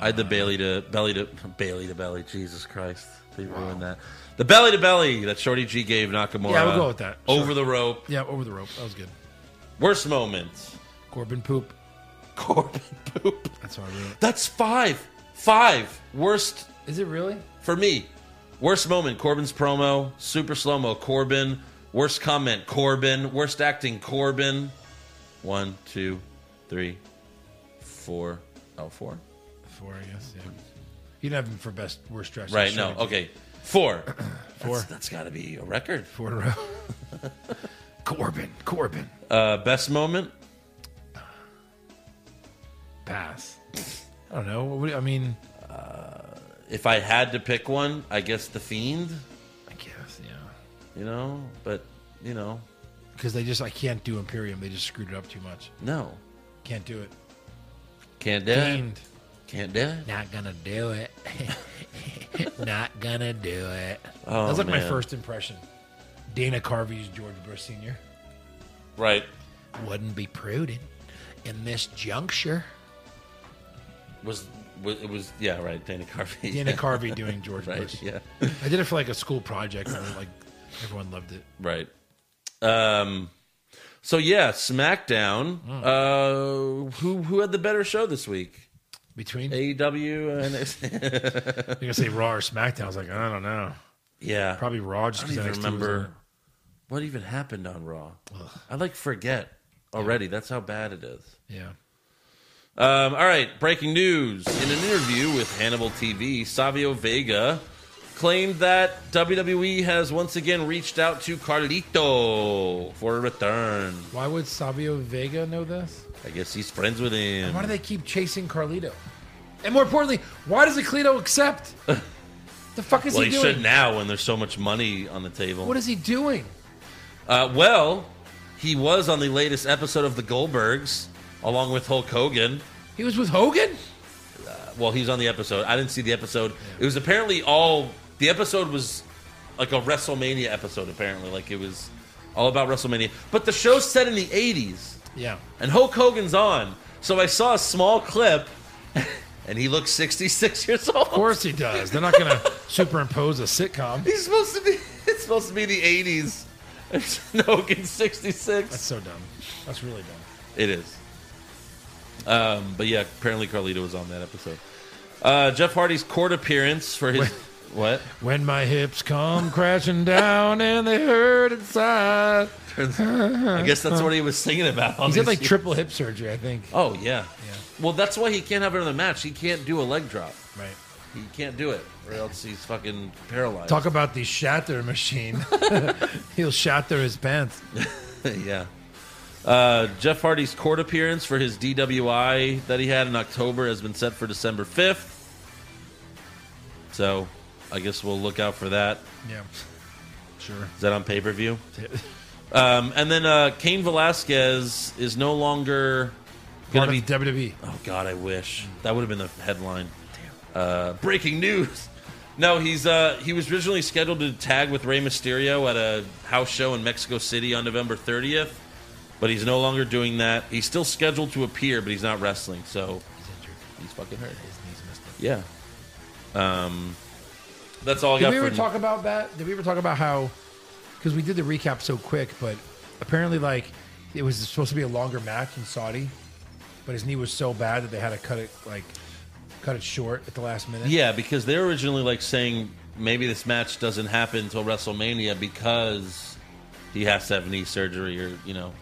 D: I had the belly to belly to belly to belly. Jesus Christ, they ruined that. The belly to belly that Shorty G gave Nakamura.
E: Yeah, we'll go with that. Sure.
D: Over the rope.
E: yeah, over the rope. That was good.
D: Worst moment.
E: Corbin poop.
D: Corbin poop.
E: That's how I wrote it.
D: That's five. Five. Worst
E: Is it really?
D: for me. Worst moment, Corbin's promo, super slow mo, Corbin. Worst comment, Corbin. Worst acting, Corbin. One, two, three, four. Oh, four?
E: Four, I guess. Yeah. You didn't have him for best worst dress.
D: Right, no, okay. Four.
E: Four.
D: That's- that's got to be a record.
E: Four in a row. Corbin. Corbin.
D: Uh, best moment,
E: Pass. I don't know. What do you- I mean,
D: if I had to pick one, I guess The Fiend,
E: I guess, yeah.
D: you know? But, you know,
E: Because they just, I can't do Imperium. They just screwed it up too much.
D: no.
E: Can't do it.
D: Can't do
E: Fiend.
D: it. Can't do it.
B: Not gonna do it. Not gonna do it.
D: Oh,
E: That's like my
D: man.
E: first impression. Dana Carvey's George Bush Sr.
D: Right.
B: Wouldn't be prudent in this juncture.
D: Was, was, it was, yeah, right, Dana Carvey.
E: Dana
D: yeah.
E: Carvey doing George
D: Right,
E: Bush.
D: yeah.
E: I did it for like a school project and like everyone loved it.
D: Right. Um. So yeah, SmackDown.
E: Mm.
D: Uh, who who had the better show this week?
E: Between
D: AEW and
E: you're gonna say Raw or SmackDown. I was like, I don't know.
D: yeah,
E: Probably Raw
D: I
E: just
D: don't
E: because
D: even remember what even happened on Raw. I like forget already. That's how bad it is.
E: Yeah.
D: Um, all right, breaking news. In an interview with Hannibal TV, Savio Vega claimed that WWE has once again reached out to Carlito for a return.
E: Why would Savio Vega know this?
D: I guess he's friends with him.
E: Why do they keep chasing Carlito? And more importantly, why does Carlito accept? the fuck is
D: Well,
E: he
D: he
E: doing?
D: should now when there's so much money on the table.
E: What is he doing?
D: uh, well, he was on the latest episode of The Goldbergs along with Hulk Hogan.
E: He was with Hogan?
D: Well, he's on the episode. I didn't see the episode. It was apparently all the episode was like a WrestleMania episode. Apparently, like it was all about WrestleMania. But the show's set in the '80s,
E: Yeah.
D: and Hulk Hogan's on. So I saw a small clip, and he looks 66 years old.
E: Of course he does. They're not gonna superimpose a sitcom.
D: He's supposed to be. It's supposed to be the '80s. And Hogan's 66.
E: That's so dumb. That's really dumb.
D: It is. Um, but yeah, apparently Carlito was on that episode. Uh, Jeff Hardy's court appearance for his what?
E: When my hips come crashing down and they hurt inside.
D: I guess that's what he was singing about. all
E: He's had
D: these
E: like
D: years.
E: triple hip surgery, I think.
D: Oh yeah. Well, that's why he can't have another match. He can't do a leg drop.
E: Right.
D: He can't do it, or else he's fucking paralyzed.
E: Talk about the shatter machine. He'll shatter his pants.
D: yeah. Uh, Jeff Hardy's court appearance for his DWI that he had in October has been set for December 5th. So I guess we'll look out for that.
E: Yeah. Sure.
D: Is that on pay per view? Um, and then uh, Kane Velasquez is no longer going
E: Part
D: to
E: of
D: be.
E: WWE.
D: oh, God, I wish. That would have been the headline. Uh, breaking news. No, he's uh, he was originally scheduled to tag with Rey Mysterio at a house show in Mexico City on November 30th, but he's no longer doing that. He's still scheduled to appear, but he's not wrestling, so
B: He's injured.
D: he's fucking hurt.
B: His knees messed up.
D: Yeah. Um, that's all I
E: Did
D: got
E: we ever
D: for
E: talk about that? Did we ever talk about how? Because we did the recap so quick, but apparently, like, it was supposed to be a longer match in Saudi, but his knee was so bad that they had to cut it, like, cut it short at the last minute.
D: Yeah, because they're originally like saying maybe this match doesn't happen until WrestleMania because he has to have knee surgery or you know.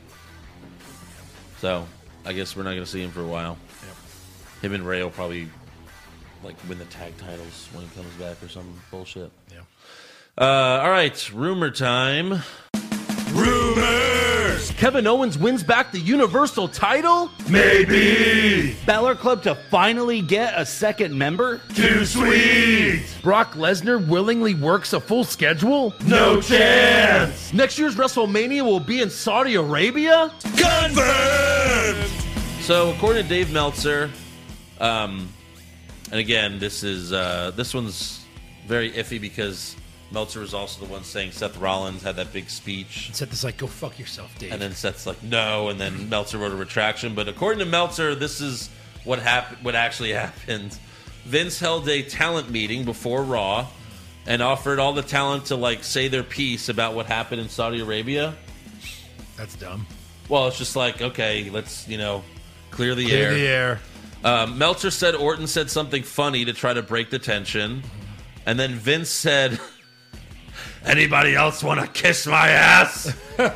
D: So I guess we're not going to see him for a while.
E: Yep.
D: Him and Ray will probably like win the tag titles when he comes back or some bullshit.
E: Yeah.
D: Uh, all right, rumor time.
F: Rumors!
D: Kevin Owens wins back the Universal title.
F: Maybe!
G: Balor Club to finally get a second member?
F: Too sweet!
G: Brock Lesnar willingly works a full schedule?
F: No chance!
G: Next year's WrestleMania will be in Saudi Arabia?
F: Confirmed!
D: So according to Dave Meltzer, um, and again, this is uh, this one's very iffy because Meltzer was also the one saying Seth Rollins had that big speech.
E: Seth is like, go fuck yourself, Dave.
D: And then Seth's like, no. And then Meltzer wrote a retraction. But according to Meltzer, this is what happened. What actually happened? Vince held a talent meeting before Raw, and offered all the talent to like say their piece about what happened in Saudi Arabia.
E: That's dumb.
D: Well, it's just like, okay, let's you know clear the
E: Clear
D: air.
E: the air.
D: Um, Meltzer said Orton said something funny to try to break the tension, and then Vince said, "Anybody else want to kiss my ass?"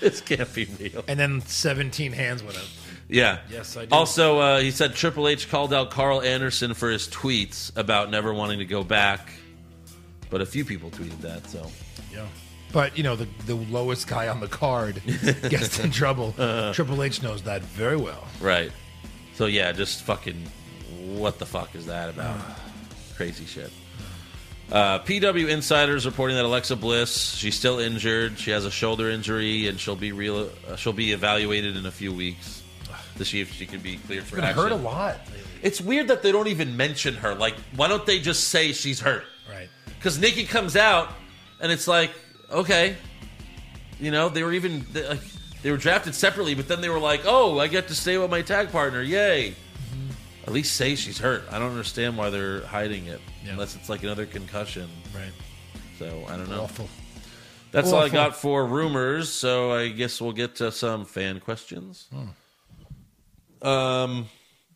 D: this can't be real.
E: And then 17 hands went up.
D: Yeah.
E: Yes, I do.
D: Also, uh, he said Triple H called out Carl Anderson for his tweets about never wanting to go back, but a few people tweeted that. So
E: Yeah. But, you know, the, the lowest guy on the card gets in trouble.
D: Uh-huh.
E: Triple H knows that very well.
D: right. So yeah, just fucking what the fuck is that about? Crazy shit. Uh, PW Insiders reporting that Alexa Bliss she's still injured. She has a shoulder injury and she'll be real. Uh, she'll be evaluated in a few weeks to see if she can be cleared for
E: Been
D: action.
E: hurt a lot
D: It's weird that they don't even mention her. Like, why don't they just say she's hurt?
E: Right.
D: because Nikki comes out and it's like, okay, you know, they were even they, like they were drafted separately, but then they were like, oh, I get to stay with my tag partner, yay! At least say she's hurt. I don't understand why they're hiding it
E: Yeah.
D: unless it's like another concussion.
E: Right.
D: So I don't know.
E: Awful.
D: That's all I
E: Awful.
D: got for rumors. So I guess we'll get to some fan questions. Um,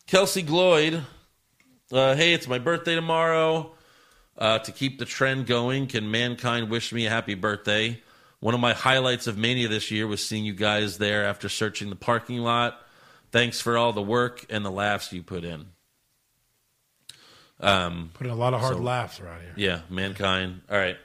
D: Kelsey Gloyd, uh, hey, it's my birthday tomorrow. Uh, to keep the trend going, can mankind wish me a happy birthday? One of my highlights of Mania this year was seeing you guys there after searching the parking lot. Thanks for all the work and the laughs you put in.
E: Put in a lot of hard laughs around here.
D: Yeah, mankind. All right.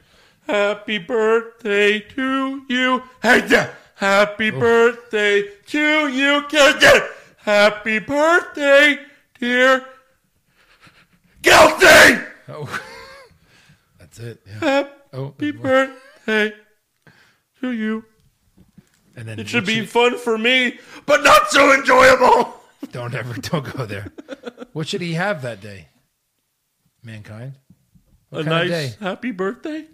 D: Happy birthday to you. Hey, yeah. Happy
E: Oh.
D: birthday to you. Yeah, yeah. Happy birthday, dear. Guilty.
E: Oh. That's it. Yeah.
D: Happy
E: Oh,
D: birthday to you.
E: and then
D: It should
E: what
D: be
E: you-
D: fun for me, but not so enjoyable.
E: Don't ever, don't go there. What should he have that day? Mankind.
D: A
E: kind of
D: nice
E: day?
D: happy birthday.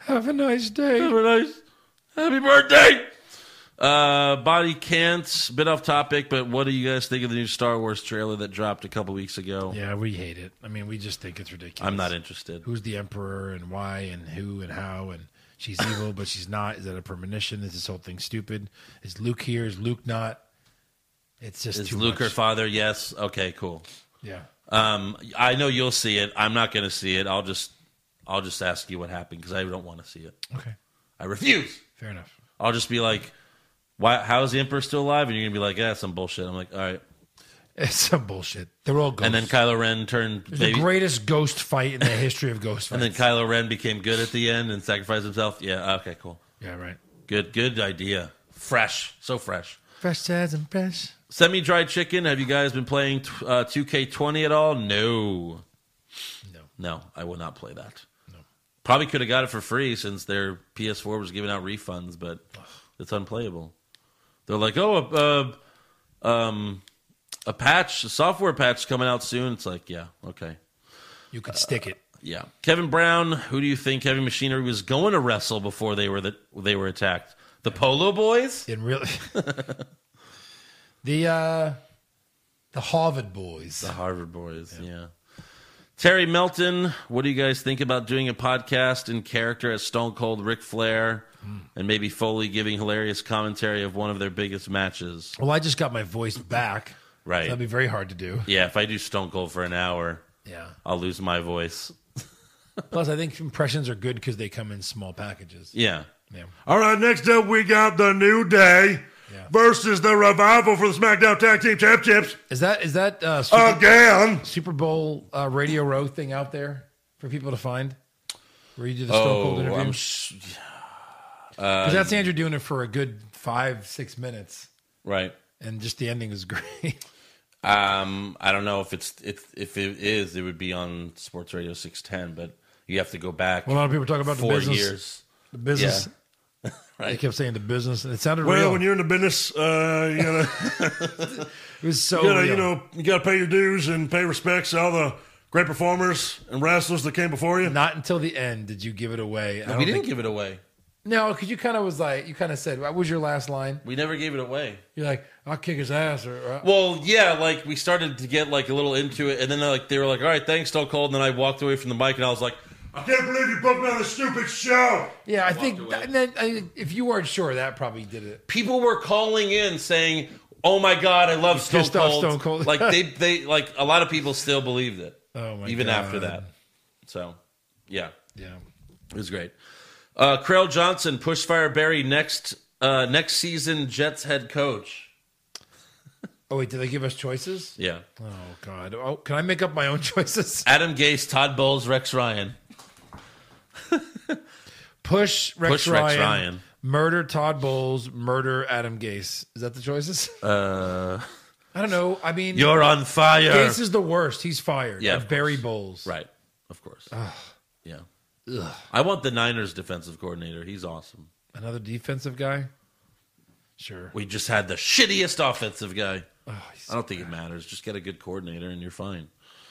E: Have a nice day.
D: Have a nice happy birthday. Uh, body cants. Bit off topic, but what do you guys think of the new Star Wars trailer that dropped a couple weeks ago?
E: Yeah, we hate it. I mean, we just think it's ridiculous.
D: I'm not interested.
E: Who's the emperor and why and who and how and she's evil but she's not. Is that a premonition? Is this whole thing stupid? Is Luke here? Is Luke not? It's just
D: Is
E: too
D: Luke her
E: much.
D: father? Yes. Okay. Cool.
E: yeah.
D: Um, I know you'll see it. I'm not going to see it. I'll just, I'll just ask you what happened because I don't want to see it.
E: Okay.
D: I refuse.
E: Fair enough.
D: I'll just be like, why? How is the emperor still alive? And you're gonna be like, yeah, some bullshit. I'm like, all right.
E: It's some bullshit. They're all ghosts.
D: And then Kylo Ren turned
E: the
D: baby.
E: greatest ghost fight in the history of ghost
D: And
E: fights.
D: then Kylo Ren became good at the end and sacrificed himself. Yeah. Okay. Cool.
E: yeah, right.
D: Good. Good idea. Fresh. So fresh.
E: Fresh as and fresh.
D: Semi-dried chicken. Have you guys been playing t- uh, 2K20 at all? No.
E: No.
D: No, I will not play that. Probably could have got it for free since their PS4 was giving out refunds, but it's unplayable. They're like, oh, a, uh, um, a patch, a software patch coming out soon. It's like, yeah, okay.
E: You could stick it.
D: Yeah. Kevin Brown, who do you think Heavy Machinery was going to wrestle before they were the, they were attacked? The Polo Boys?
E: in really the uh the Harvard boys.
D: The Harvard Boys, yeah. Terry Melton, what do you guys think about doing a podcast in character as Stone Cold Ric Flair
E: Hmm.
D: and maybe Foley giving hilarious commentary of one of their biggest matches?
E: Well, I just got my voice back.
D: Right.
E: That'd be very hard to do.
D: yeah, if I do Stone Cold for an hour,
E: Yeah.
D: I'll lose my voice.
E: Plus, I think impressions are good because they come in small packages.
D: Yeah.
E: Yeah.
F: All right, next up we got the New Day
E: Yeah.
F: versus the Revival for the SmackDown Tag Team Championships
E: Is that is that
D: Oh,
E: uh, Super,
F: again.
E: Super Bowl uh, Radio Row thing out there for people to find? Where you do the Stone Cold
D: Oh,
E: interview?
D: I'm
E: Because
D: sh-
E: that's Andrew doing it for a good five six minutes,
D: right.
E: and just the ending is great.
D: Um, I don't know if it's if if it is, it would be on Sports Radio 610, but you have to go back
E: Well, a lot of people talk about the
D: four
E: business.
D: years.
E: The business.
D: Yeah.
E: They kept saying the business, and it sounded
F: Well,
E: real.
F: when you're in the business, uh, you gotta,
E: it was so
F: you, gotta
E: real.
F: you know, you gotta pay your dues and pay respects to all the great performers and wrestlers that came before you?
E: Not until the end did you give it away. I don't
D: We didn't
E: think-
D: give it away.
E: No, because you kind of was like, you kind of said, what was your last line?
D: We never gave it away.
E: You're like, I'll kick his ass. Or, or-
D: Well, yeah, like we started to get like a little into it, and then like they were like, "All right, thanks, Stone Cold." And then I walked away from the mic, and I was like,
F: I can't believe you booked me on a stupid show.
E: yeah, I think and then, I, think if you weren't sure, that probably did it.
D: people were calling in saying, "Oh my God, I love Stone
E: pissed off
D: Cold."
E: Stone Cold.
D: like they, they, like a lot of people still believed it.
E: Oh, my
D: even after
E: God.
D: that. So, yeah,
E: Yeah.
D: it was great. Uh, Krell Johnson, push fire Barry next uh, next season Jets head coach.
E: Oh, wait, did they give us choices?
D: Yeah,
E: Oh, God. Oh, can I make up my own choices?
D: Adam Gase, Todd Bowles, Rex Ryan.
E: Push Rex,
D: Push Rex
E: Ryan,
D: Ryan.
E: Murder Todd Bowles. Murder Adam Gase. Is that the choices?
D: Uh,
E: I don't know. I mean,
D: You're on fire.
E: Gase is the worst. He's fired.
D: Yeah,
E: Yeah,
D: of
E: Barry Bowles.
D: Right. Of course. Yeah. I want the Niners defensive coordinator. He's awesome.
E: Another defensive guy? Sure.
D: We just had the shittiest offensive guy.
E: Oh, he's-
D: I don't think it matters. Just get a good coordinator and you're fine.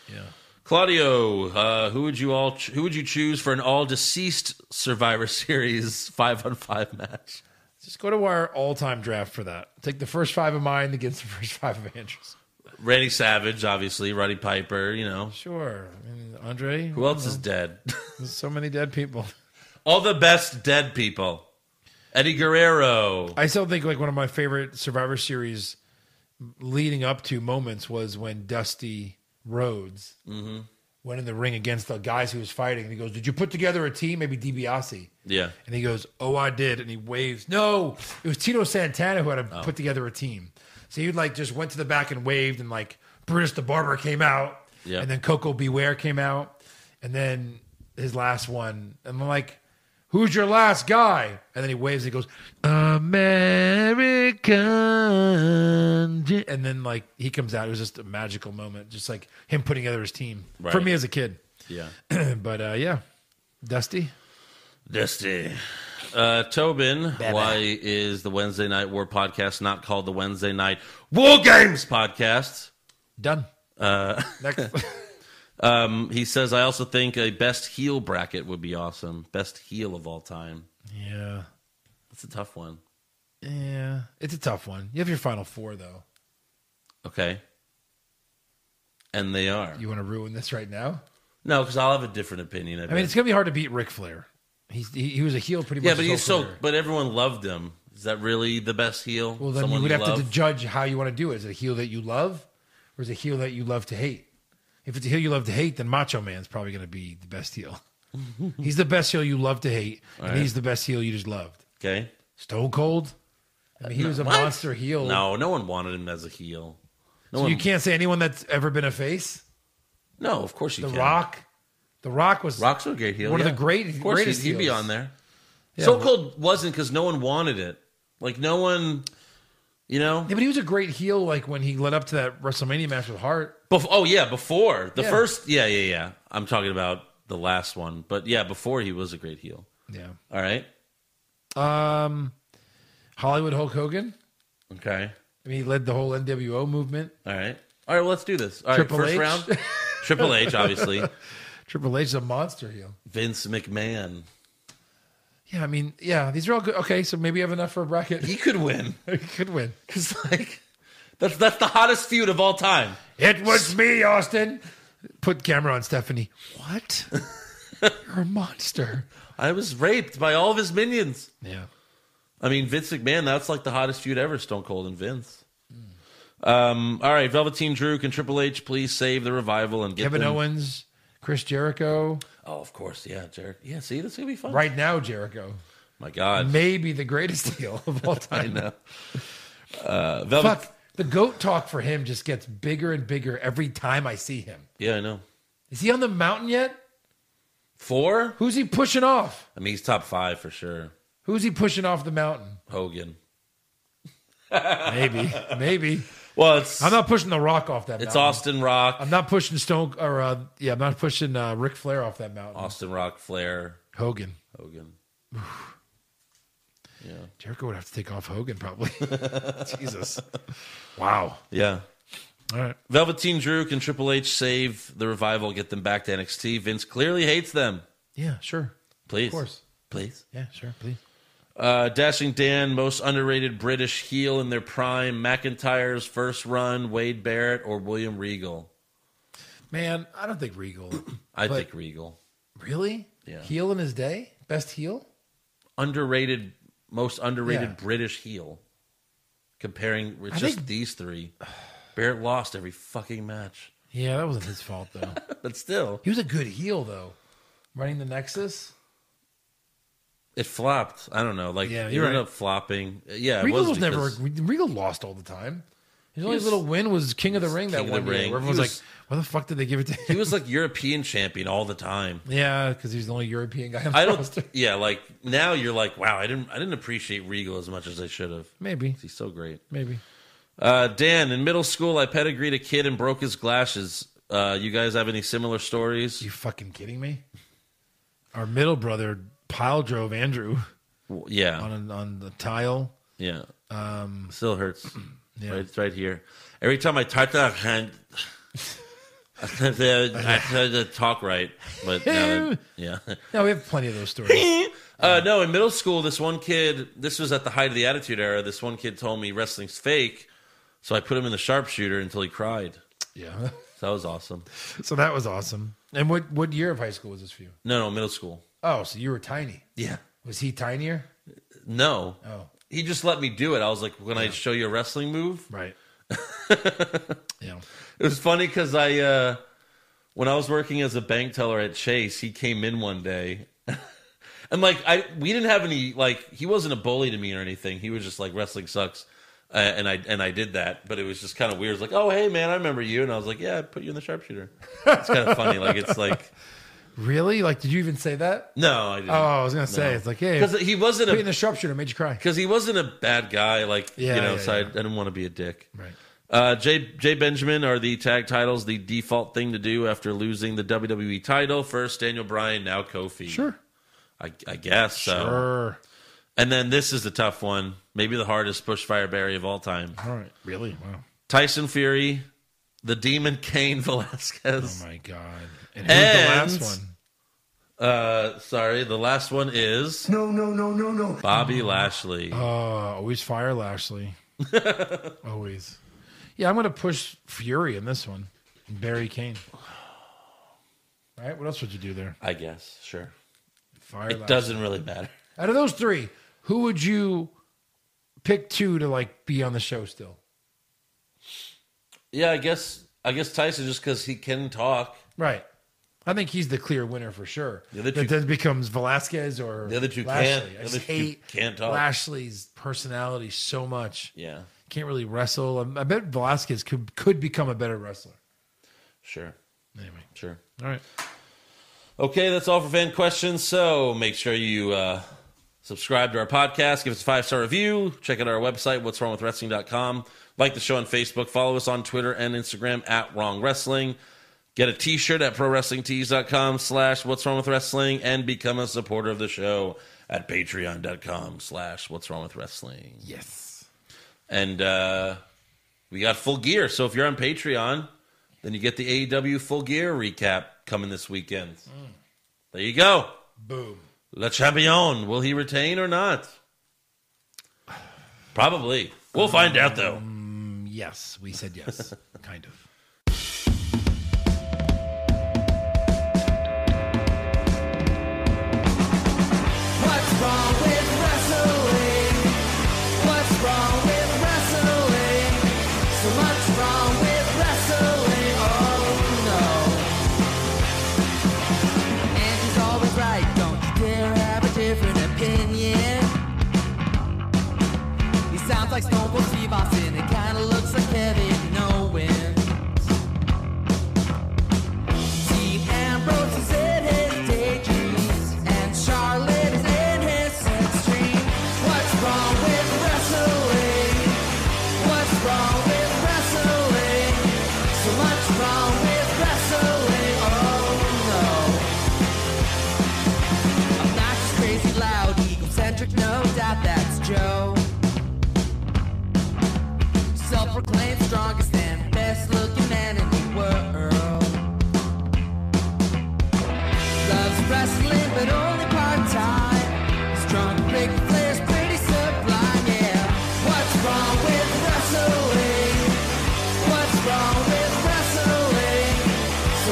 E: yeah.
D: Claudio, uh, who would you all ch- who would you choose for an all deceased Survivor Series 5 on 5 match?
E: Just go to our all time draft for that. Take the first five of mine against the first five of Andrew's.
D: Randy Savage, obviously, Roddy Piper, you know.
E: Sure. I mean, Andre,
D: Who else is dead?
E: there's so many dead people.
D: all the best dead people. Eddie Guerrero.
E: I still think like one of my favorite Survivor Series leading up to moments was when Dusty Rhodes
D: Mm-hmm.
E: went in the ring against the guys he was fighting. And he goes, Did you put together a team? Maybe DiBiase.
D: Yeah.
E: And he goes, Oh, I did. And he waves. No, it was Tito Santana who had to put together a team. So he like just went to the back and waved, and like Brutus the Barber came out.
D: Yeah.
E: And then Coco Beware came out. And then his last one. And I'm like, Who's your last guy? And then he waves and he goes, American. G-" And then like he comes out. It was just a magical moment. Just like him putting together his team for
D: Right.
E: me as a kid.
D: Yeah.
E: but uh, yeah, Dusty.
D: Dusty. Uh, Tobin, why is the Wednesday Night War podcast not called the Wednesday Night War Games podcast?
E: Done.
D: Uh,
E: Next.
D: Um, he says, I also think a best heel bracket would be awesome. Best heel of all time.
E: yeah.
D: That's a tough one.
E: Yeah. It's a tough one. You have your final four, though.
D: Okay. And they are.
E: You want to ruin this right now?
D: No, because I'll have a different opinion. I,
E: I mean, it's going to be hard to beat Ric Flair. He's, he, he was a heel pretty much.
D: yeah, but
E: his
D: he's
E: whole
D: so.
E: career.
D: But everyone loved him. Is that really the best heel?
E: Well, then
D: Someone
E: you would have
D: love?
E: to judge how you want to do it. Is it a heel that you love or is it a heel that you love to hate? If it's a heel you love to hate, then Macho Man's probably going to be the best heel. he's the best heel you love to hate, and
D: right.
E: he's the best heel you just loved.
D: Okay.
E: Stone Cold? I mean, he was a
D: What?
E: monster heel.
D: No, no one wanted him as a heel. No
E: So
D: one.
E: you can't say anyone that's ever been a face?
D: no, of course you
E: The
D: can.
E: Rock? The Rock was
D: Rock's a great heel.
E: One of
D: yeah.
E: the great-
D: Of course,
E: greatest
D: he'd, he'd be
E: heels.
D: on there.
E: Yeah,
D: so
E: but-
D: Cold wasn't because no one wanted it. Like no one, you know.
E: Yeah, but he was a great heel, like when he led up to that WrestleMania match with Hart.
D: Bef- oh yeah, before the
E: Yeah.
D: first. Yeah, yeah, yeah. I'm talking about the last one, but yeah, before he was a great heel.
E: Yeah.
D: All right.
E: Um, Hollywood Hulk Hogan.
D: Okay.
E: I mean, he led the whole NWO movement.
D: All right. All right. Well, let's do this. All right.
E: Triple
D: first
E: H.
D: round. Triple H, obviously.
E: Triple H is a monster heel.
D: Vince McMahon.
E: Yeah, I mean, yeah, these are all good. Okay, so maybe you have enough for a bracket.
D: He could win
E: He could win.
D: because like that's that's the hottest feud of all time.
E: It was me, Austin. Put camera on Stephanie. What? You're a monster.
D: I was raped by all of his minions.
E: Yeah.
D: I mean, Vince McMahon, that's like the hottest feud ever, Stone Cold and Vince.
E: Hmm.
D: Um, all right, Velveteen Drew, can Triple H please save the revival and get
E: Kevin
D: them-
E: Owens, Chris Jericho.
D: Oh, of course, yeah, Jericho. Yeah, see, this is gonna be fun.
E: Right now, Jericho.
D: My God,
E: Maybe the greatest heel of all time.
D: I know. Uh, Velvet-
E: Fuck. The goat talk for him just gets bigger and bigger every time I see him.
D: Yeah, I know.
E: Is he on the mountain yet?
D: Four?
E: Who's he pushing off?
D: I mean, he's top five for sure.
E: Who's he pushing off the mountain?
D: Hogan.
E: Maybe, maybe.
D: Well, it's
E: I'm not pushing the Rock off that.
D: it's
E: mountain.
D: Austin Rock,
E: I'm not pushing Stone or uh, yeah, I'm not pushing uh, Ric Flair off that mountain.
D: Austin Rock, Flair,
E: Hogan,
D: Hogan.
E: Jericho would have to take off Hogan probably. Jesus, wow.
D: Yeah.
H: All right.
D: Velveteen Drew can Triple H save the revival, get them back to NXT. Vince clearly hates them.
E: Yeah, sure.
D: Please.
E: Of course.
D: Please.
E: Yeah, sure. Please.
D: Uh, Dashing Dan, most underrated British heel in their prime, McIntyre's first run, Wade Barrett, or William Regal.
E: Man, I don't think Regal.
D: I
E: But-
D: think Regal.
E: really?
D: Yeah.
E: Heel in his day? Best heel?
D: Underrated, most underrated
E: Yeah.
D: British heel. Comparing with
E: I
D: just
E: think-
D: these three, Barrett lost every fucking match.
E: Yeah, that wasn't his fault though.
D: But still,
E: he was a good heel though. Running the Nexus.
D: it flopped. I don't know. Like,
E: Yeah,
D: it
E: you're
D: ended
E: right.
D: up flopping. Yeah, it
E: Regal was,
D: was
E: never
D: because-
E: Regal lost all the time. His only
D: was-
E: little win was King of the Ring that
D: King of the
E: one year.
D: Ring.
E: Where
D: He
E: everyone's
D: was-
E: like, "Why the fuck did they give it to
D: He
E: him?"
D: was like European champion all the time.
E: Yeah, because he's the only European guy. On the
D: I don't.
E: roster.
D: Yeah, like now you're like, wow, I didn't. I didn't appreciate Regal as much as I should have.
E: Maybe,
D: He's so great.
E: maybe.
D: Uh, Dan, in middle school, I pedigreed a kid and broke his glasses. Uh, you guys have any similar stories?
E: You fucking kidding me? Our middle brother pile drove Andrew
D: W- Yeah,
E: on a, on the tile.
D: yeah. Still hurts.
E: Um, yeah.
D: Right, it's right here. Every time I type that, hand, I tried to- I tried to talk right, but now that- yeah.
E: No, we have plenty of those stories.
D: Uh, no, in middle school, this one kid, this was at the height of the Attitude Era, this one kid told me wrestling's fake. So I put him in the sharpshooter until he cried.
E: yeah.
D: That was awesome.
E: So that was awesome. And what what year of high school was this for you?
D: No, no, middle school.
E: Oh, so you were tiny.
D: Yeah.
E: Was he tinier?
D: No.
E: Oh,
D: He just let me do it. I was like, when I show you a wrestling move?
E: right. yeah.
D: It was funny because I, uh, when I was working as a bank teller at Chase, he came in one day. and like, I, we didn't have any, like, he wasn't a bully to me or anything. He was just like, wrestling sucks. Uh, and I and I did that, but it was just kind of weird. It's like, oh hey man, I remember you, and I was like, yeah, I put you in the sharpshooter. It's kind of funny. Like it's like,
E: Really? Like, did you even say that?
D: no, I didn't.
E: Oh, I was gonna say it's like, hey,
D: because he wasn't
E: being
D: a
E: the sharpshooter made you cry.
D: because he wasn't a bad guy. Like
E: Yeah,
D: you know,
E: yeah,
D: so I,
E: yeah.
D: I didn't want to be a dick.
E: Right.
D: Uh, Jay Jay Benjamin are the tag titles the default thing to do after losing the WWE title? First Daniel Bryan, now Kofi.
E: Sure.
D: I, I guess so.
E: Sure.
D: And then this is the tough one, maybe the hardest bushfire berry of all time.
E: All right. Really? Wow.
D: Tyson Fury, the Demon Kane Velasquez.
E: Oh my god. And who's
D: And-
E: the last one?
D: uh, sorry, the last one is
F: No, no, no, no, no.
D: Bobby Lashley.
E: Mm. Uh, always fire Lashley. always. Yeah, I'm gonna push Fury in this one. And Barry Kane. All right. What else would you do there?
D: I guess sure.
E: Fire.
D: It doesn't really matter.
E: Out of those three, who would you pick two to like be on the show still?
D: Yeah, I guess I guess Tyson just because he can talk.
E: Right. I think he's the clear winner for sure.
D: The other two-
E: that then becomes Velasquez or
D: The other two can't.
E: Lashley.
D: The
E: I
D: other
E: just
D: two
E: hate
D: can't talk.
E: Lashley's personality so much.
D: Yeah,
E: Can't really wrestle. Um, I bet Velasquez could could become a better wrestler.
D: sure,
E: Anyway,
D: sure.
E: all right.
D: Okay, that's all for fan questions. So make sure you uh, subscribe to our podcast, give us a five star review, check out our website, what's wrong with wrestling.com. Like the show on Facebook, follow us on Twitter and Instagram at Wrong Wrestling. Get a t shirt at prowrestlingtees.com slash what's wrong with wrestling and become a supporter of the show at patreon.com slash what's wrong with wrestling.
E: Yes.
D: And uh, we got full gear. So if you're on Patreon, then you get the AEW full gear recap coming this weekend. There you go.
E: Boom.
D: Le Champion. Will he retain or not? Probably. We'll find out, though.
E: Yes, we said yes. kind of.
A: What's wrong with wrestling? What's wrong with wrestling? So much wrong with wrestling. Oh no. And she's always right. Don't you dare have a different opinion. He sounds like Stone Cold Steve Austin. It kinda looks like Kevin Owens. Oh,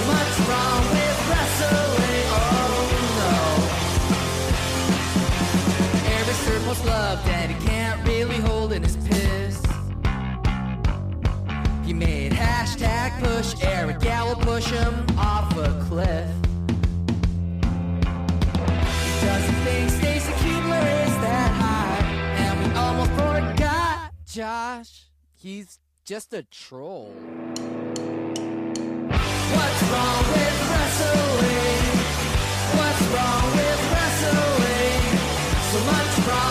A: much wrong with wrestling. Oh no. Every circle's love that he can't really hold in his piss. He made hashtag push Eric Gallo push him off a cliff. He doesn't think Stacy Kubler is that hot, and we almost forgot Josh. He's just a troll. What's wrong with wrestling? What's wrong with Oh, wrestling? So much wrong Oh,